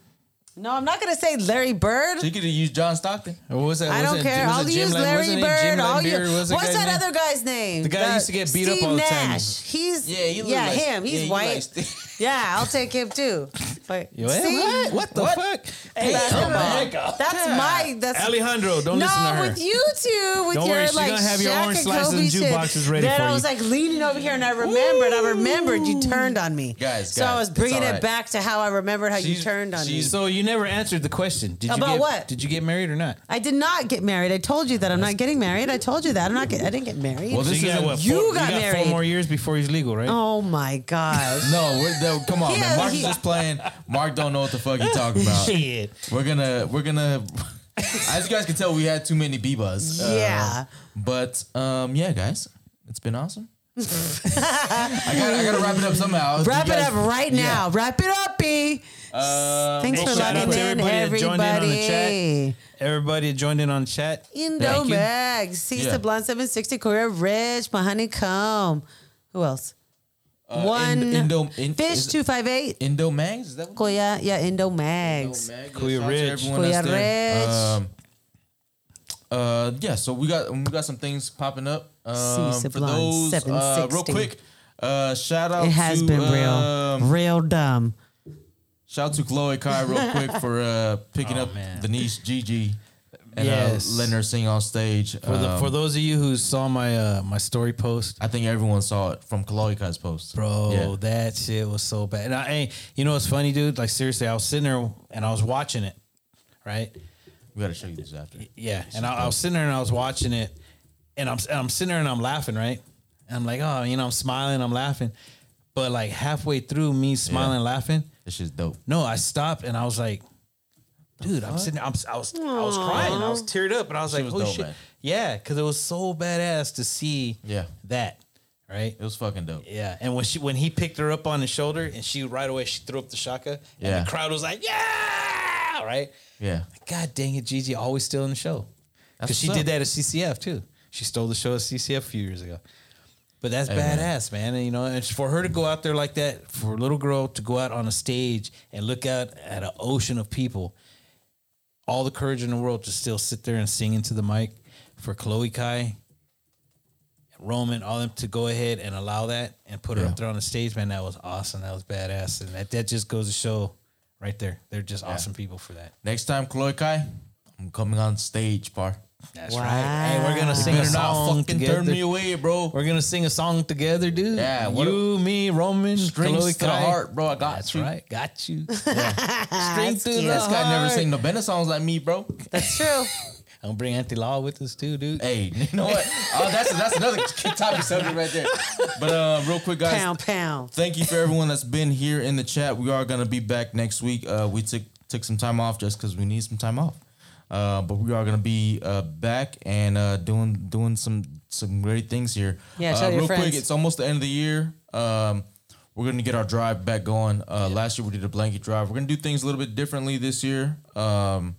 Speaker 3: No, I'm not gonna say Larry Bird.
Speaker 1: So you could use John Stockton.
Speaker 2: Or was that?
Speaker 3: I
Speaker 2: was
Speaker 3: don't
Speaker 2: it-
Speaker 3: care.
Speaker 2: was it
Speaker 3: I'll
Speaker 2: Jim
Speaker 3: use
Speaker 2: Lam-
Speaker 3: Larry
Speaker 2: wasn't it
Speaker 3: Bird.
Speaker 2: Jim
Speaker 3: I'll
Speaker 2: Lambeer?
Speaker 3: use.
Speaker 2: Was that
Speaker 3: What's
Speaker 2: guy's
Speaker 3: that
Speaker 2: name?
Speaker 3: other guy's name?
Speaker 2: The guy that used to get beat up
Speaker 3: Steve
Speaker 2: all the time.
Speaker 3: Nash. He's
Speaker 1: Yeah, he look
Speaker 3: yeah,
Speaker 1: like-
Speaker 3: him.
Speaker 1: yeah,
Speaker 3: He's
Speaker 1: he
Speaker 3: white.
Speaker 1: like-
Speaker 3: yeah, I'll take him too. But
Speaker 2: Yeah, what?
Speaker 3: see,
Speaker 2: eh, What? What the fuck? Hey,
Speaker 3: Basketball.
Speaker 2: come on.
Speaker 3: that's my that's
Speaker 2: Alejandro, don't
Speaker 3: no,
Speaker 2: listen to her.
Speaker 3: with you two, with
Speaker 2: Don't
Speaker 3: your
Speaker 2: worry, she
Speaker 3: like
Speaker 2: gonna have your
Speaker 3: Shaq
Speaker 2: orange
Speaker 3: and
Speaker 2: slices
Speaker 3: Kobe
Speaker 2: and
Speaker 3: shit.
Speaker 2: jukeboxes ready
Speaker 3: Then
Speaker 2: for
Speaker 3: I was
Speaker 2: you.
Speaker 3: like leaning over here, and I remembered. I remembered you turned on me,
Speaker 1: Guys,
Speaker 3: So I
Speaker 1: guys,
Speaker 3: was
Speaker 1: it's
Speaker 3: bringing
Speaker 1: all
Speaker 3: it
Speaker 1: right.
Speaker 3: back to how I remembered how you
Speaker 1: She's-
Speaker 3: turned on me.
Speaker 1: she's-
Speaker 2: So you never answered the question. Did you
Speaker 3: About
Speaker 2: get,
Speaker 3: what?
Speaker 2: Did you get married or not?
Speaker 3: I did not get married. I told you that I'm not getting married. I told you that I'm not. Get, I didn't get married.
Speaker 1: Well, this
Speaker 2: So you
Speaker 1: is
Speaker 2: got what?
Speaker 3: you
Speaker 2: four,
Speaker 3: got
Speaker 2: you got
Speaker 3: married.
Speaker 2: four more years before he's legal, right?
Speaker 3: oh my gosh.
Speaker 1: No, we're, no, come on,
Speaker 3: He
Speaker 1: man.
Speaker 3: has-
Speaker 1: Mark's
Speaker 3: he-
Speaker 1: just playing. Mark don't know what the fuck he talking
Speaker 2: Uh,
Speaker 1: about.
Speaker 5: Shit.
Speaker 1: We're gonna, we're gonna. As you guys can tell, we had too many bebas. Uh,
Speaker 3: Yeah.
Speaker 1: but um, yeah, guys, it's been awesome. I, gotta, I gotta wrap it up somehow. You
Speaker 3: Wrap it
Speaker 1: guys-
Speaker 3: up right
Speaker 1: yeah.
Speaker 3: now. Wrap it up, B.
Speaker 1: Um,
Speaker 3: Thanks
Speaker 2: hey,
Speaker 3: for
Speaker 2: shout out
Speaker 3: logging
Speaker 2: to
Speaker 3: in,
Speaker 2: everybody that joined in on the chat.
Speaker 3: everybody.
Speaker 2: Everybody joined in on chat. Thank you.
Speaker 3: Indomag, C's
Speaker 1: Yeah.
Speaker 3: the Blonde 760, Korea Rich, my honeycomb. Who else? One
Speaker 1: in- Uh, Indo- in-
Speaker 3: Fish
Speaker 1: is it-
Speaker 3: 258.
Speaker 1: Indo Mags, is that what?
Speaker 3: Koya, yeah, Indomags.
Speaker 1: Mag, shout
Speaker 2: Kuya
Speaker 1: out to
Speaker 2: Rich.
Speaker 1: everyone
Speaker 3: Kuya
Speaker 1: that's there.
Speaker 3: Rich.
Speaker 1: Um, Uh, yeah, so we got we got some things popping up. Um, for
Speaker 3: Sublime
Speaker 1: those, uh, real
Speaker 3: 760.
Speaker 1: quick, uh, shout out.
Speaker 3: It has
Speaker 1: to,
Speaker 3: been
Speaker 1: um,
Speaker 3: real, real dumb.
Speaker 1: Shout out to Chloe Kai real quick for uh, picking up
Speaker 2: Oh, man.
Speaker 1: Denise Gigi and
Speaker 2: Yes.
Speaker 1: uh, letting her sing on stage.
Speaker 2: For, the,
Speaker 1: Um,
Speaker 2: for those of you who saw my uh, my story post,
Speaker 1: I think everyone saw it from Chloe Kai's post.
Speaker 2: bro,
Speaker 1: Yeah.
Speaker 2: that shit was so bad. And I, hey, you know what's funny, dude? Like seriously, I was sitting there and I was watching it, right?
Speaker 1: we got to show you this after.
Speaker 2: Yeah, and I, I was sitting there and I was watching it, and I'm and I'm sitting there and I'm laughing, right? And I'm like, oh, you know, I'm smiling, I'm laughing, but like halfway through me smiling, and laughing,
Speaker 1: This shit's dope.
Speaker 2: no, I stopped and I was like, dude, I'm sitting, I'm, I was, I was crying, I was teared up, and I was like,
Speaker 1: was
Speaker 2: holy
Speaker 1: dope,
Speaker 2: shit,
Speaker 1: man.
Speaker 2: yeah, because it was so badass to see,
Speaker 1: Yeah.
Speaker 2: that, right?
Speaker 1: It was fucking dope.
Speaker 2: Yeah, and when she when he picked her up on his shoulder and she right away she threw up the shaka and
Speaker 1: Yeah.
Speaker 2: the crowd was like yeah right
Speaker 1: Yeah.
Speaker 2: God dang it, Gigi always stealing the show. Because
Speaker 1: That's
Speaker 2: she
Speaker 1: what's
Speaker 2: did
Speaker 1: up.
Speaker 2: that at CCF too. She stole the show at CCF a few years ago. But that's
Speaker 1: man.
Speaker 2: badass, man. And, you know, and for her to go out there like that, for a little girl to go out on a stage and look out at an ocean of people, all the courage in the world to still sit there and sing into the mic for Chloe Kai, Roman, all them to go ahead and allow that and put her
Speaker 1: Yeah.
Speaker 2: up there on the stage, man. That was awesome. That was badass. And that, that just goes to show right there. They're just awesome people for that.
Speaker 1: Next time, Chloe Kai, I'm coming on stage, par.
Speaker 2: That's
Speaker 3: Wow.
Speaker 2: right. Hey, we're gonna
Speaker 3: You
Speaker 2: sing a
Speaker 1: Better not
Speaker 2: song
Speaker 1: fucking
Speaker 2: together.
Speaker 1: turn me away, bro.
Speaker 2: We're gonna sing a song together, dude.
Speaker 1: Yeah, what
Speaker 2: you, me, Roman,
Speaker 1: Strings
Speaker 2: Chloe
Speaker 1: to the
Speaker 2: Kai.
Speaker 1: heart, bro. I got
Speaker 2: That's
Speaker 1: you.
Speaker 2: right. Got you.
Speaker 1: Strings to the This guy never sang no Bennett songs like me, bro.
Speaker 3: That's true.
Speaker 2: I'm gonna bring Auntie Law with us too, dude.
Speaker 1: Hey, you know what? Oh, that's that's another topic subject right there. But uh, real quick, guys,
Speaker 3: pound, pound.
Speaker 1: thank you for everyone that's been here in the chat. We are gonna be back next week. Uh, we took took some time off just because we need some time off. Uh, but we are gonna be uh, back and uh, doing doing some some great things here.
Speaker 3: Yeah,
Speaker 1: uh,
Speaker 3: tell your
Speaker 1: real quick,
Speaker 3: friends.
Speaker 1: it's almost the end of the year. Um, we're gonna get our drive back going. Uh, Last year we did a blanket drive. We're gonna do things a little bit differently this year. Um,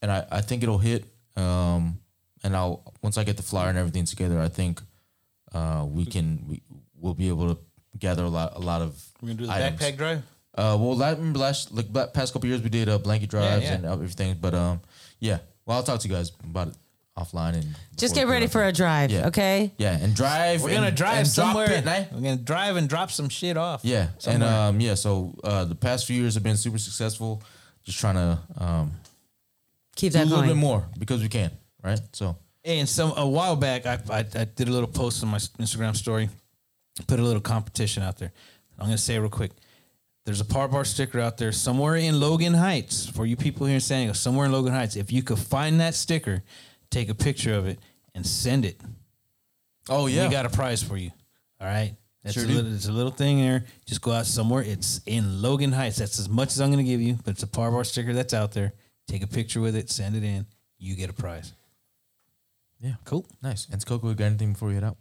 Speaker 1: and I, I think it'll hit. Um, and I'll once I get the flyer and everything together, I think uh, we can we we'll be able to gather a lot a lot of
Speaker 2: We're gonna do the
Speaker 1: items.
Speaker 2: backpack drive.
Speaker 1: Uh, well, la- remember last like la- past couple years we did uh, blanket drives
Speaker 2: yeah.
Speaker 1: and everything, but um, yeah. Well, I'll talk to you guys about it offline and
Speaker 3: Just
Speaker 1: before
Speaker 3: get
Speaker 1: we
Speaker 3: ready
Speaker 1: wrap
Speaker 3: for
Speaker 1: up.
Speaker 3: a drive,
Speaker 1: Yeah.
Speaker 3: okay?
Speaker 1: yeah and drive.
Speaker 2: We're gonna
Speaker 1: and-
Speaker 2: drive
Speaker 1: and drop
Speaker 2: somewhere.
Speaker 1: it, nah?
Speaker 2: We're gonna drive and drop some shit off.
Speaker 1: Yeah,
Speaker 2: somewhere.
Speaker 1: and um, yeah. So uh, the past few years have been super successful. Just trying to um,
Speaker 3: Keep
Speaker 1: do a
Speaker 3: that
Speaker 1: little
Speaker 3: going.
Speaker 1: bit more because we can, right? So
Speaker 2: And some a while back, I, I I did a little post on my Instagram story, put a little competition out there. I'm gonna say it real quick. There's a Power Bar sticker out there somewhere in Logan Heights for you people here in San Diego. Somewhere in Logan Heights, if you could find that sticker, take a picture of it and send it.
Speaker 1: oh yeah,
Speaker 2: We got a prize for you. All right. That's
Speaker 1: Sure
Speaker 2: a
Speaker 1: do.
Speaker 2: little, it's a little thing there. Just go out somewhere. It's in Logan Heights. That's as much as I'm going to give you, but it's a Power Bar sticker that's out there. Take a picture with it, send it in. You get a prize.
Speaker 1: Yeah.
Speaker 2: Cool.
Speaker 1: nice. And Coco, you got anything before we head out?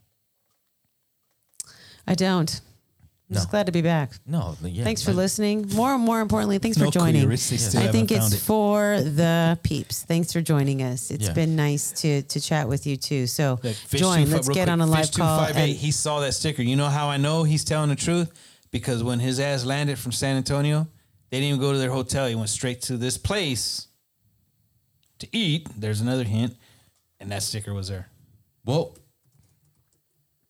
Speaker 3: I don't. I'm
Speaker 1: No.
Speaker 3: just glad to be back.
Speaker 1: No, yeah.
Speaker 3: Thanks for
Speaker 1: listening.
Speaker 3: listening. More and more importantly, thanks
Speaker 2: No
Speaker 3: for joining.
Speaker 2: career, it's- they still
Speaker 3: I
Speaker 2: haven't
Speaker 3: think
Speaker 2: found
Speaker 3: it's
Speaker 2: it.
Speaker 3: for the peeps. Thanks for joining us. It's
Speaker 1: Yeah.
Speaker 3: been nice to to chat with you too. So
Speaker 2: Look, Fish
Speaker 3: join.
Speaker 2: two-
Speaker 3: Let's
Speaker 2: real
Speaker 3: get
Speaker 2: quick,
Speaker 3: on a
Speaker 2: Fish
Speaker 3: live
Speaker 2: two
Speaker 3: call.
Speaker 2: five eight,
Speaker 3: and-
Speaker 2: he saw that sticker. You know how I know he's telling the truth? Because when his ass landed from San Antonio, they didn't even go to their hotel. He went straight to this place to eat. There's another hint. And that sticker was there.
Speaker 1: Well,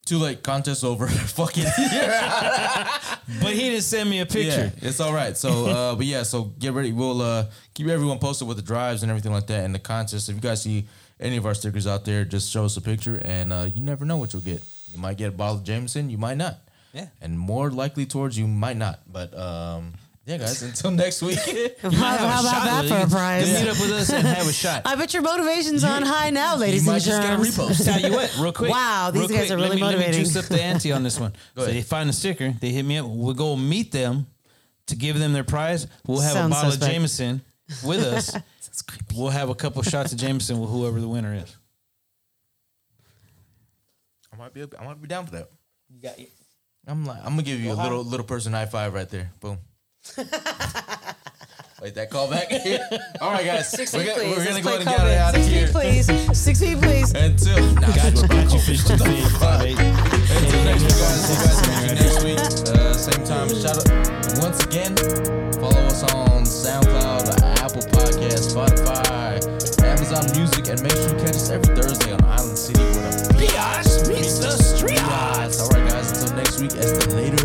Speaker 1: too late. Contest over. Fucking
Speaker 2: But he didn't send me a
Speaker 1: yeah,
Speaker 2: picture.
Speaker 1: it's all right. So, uh, but yeah, so get ready. We'll uh, keep everyone posted with the drives and everything like that, and the contest. If you guys see any of our stickers out there, just show us a picture, and uh, you never know what you'll get. You might get a bottle of Jameson. You might not.
Speaker 2: Yeah.
Speaker 1: And more likely towards you might not. But um, yeah, guys. Until next week.
Speaker 3: how, how about that for a prize?
Speaker 2: Meet up with us and have a shot.
Speaker 3: I bet your motivation's on high now, ladies
Speaker 1: you might
Speaker 3: and
Speaker 1: just get a
Speaker 3: germs.
Speaker 1: repost.
Speaker 2: Tell you what, real quick.
Speaker 3: Wow,
Speaker 2: real
Speaker 3: these guys are
Speaker 2: let
Speaker 3: really
Speaker 2: me- let me
Speaker 3: motivating.
Speaker 2: juice up the ante on this one. so
Speaker 1: ahead.
Speaker 2: they find the sticker, they hit me up. We'll go meet them to give them their prize. We'll have
Speaker 3: Sounds
Speaker 2: a bottle
Speaker 3: suspect.
Speaker 2: of Jameson with us. we'll have a couple shots of Jameson with whoever the winner is.
Speaker 1: I might be. I might be down for that.
Speaker 2: You got
Speaker 1: I'm like, I'm gonna give you a little little person high five right there. Boom. Like that call back. All right, guys.
Speaker 3: Six
Speaker 1: we're
Speaker 3: feet,
Speaker 1: gonna,
Speaker 3: please.
Speaker 1: we're gonna
Speaker 3: Let's
Speaker 1: go
Speaker 3: play
Speaker 1: ahead and get out
Speaker 3: COVID.
Speaker 1: of
Speaker 3: Six
Speaker 1: here.
Speaker 3: feet, please. Six feet, please.
Speaker 1: Until nah,
Speaker 2: you, got you, fish two feet, five eight.
Speaker 1: until next week, guys. See you guys next week. Uh, same time. Shout out once again. Follow us on SoundCloud, Apple Podcast, Spotify, Amazon Music, and make sure you catch us week as the later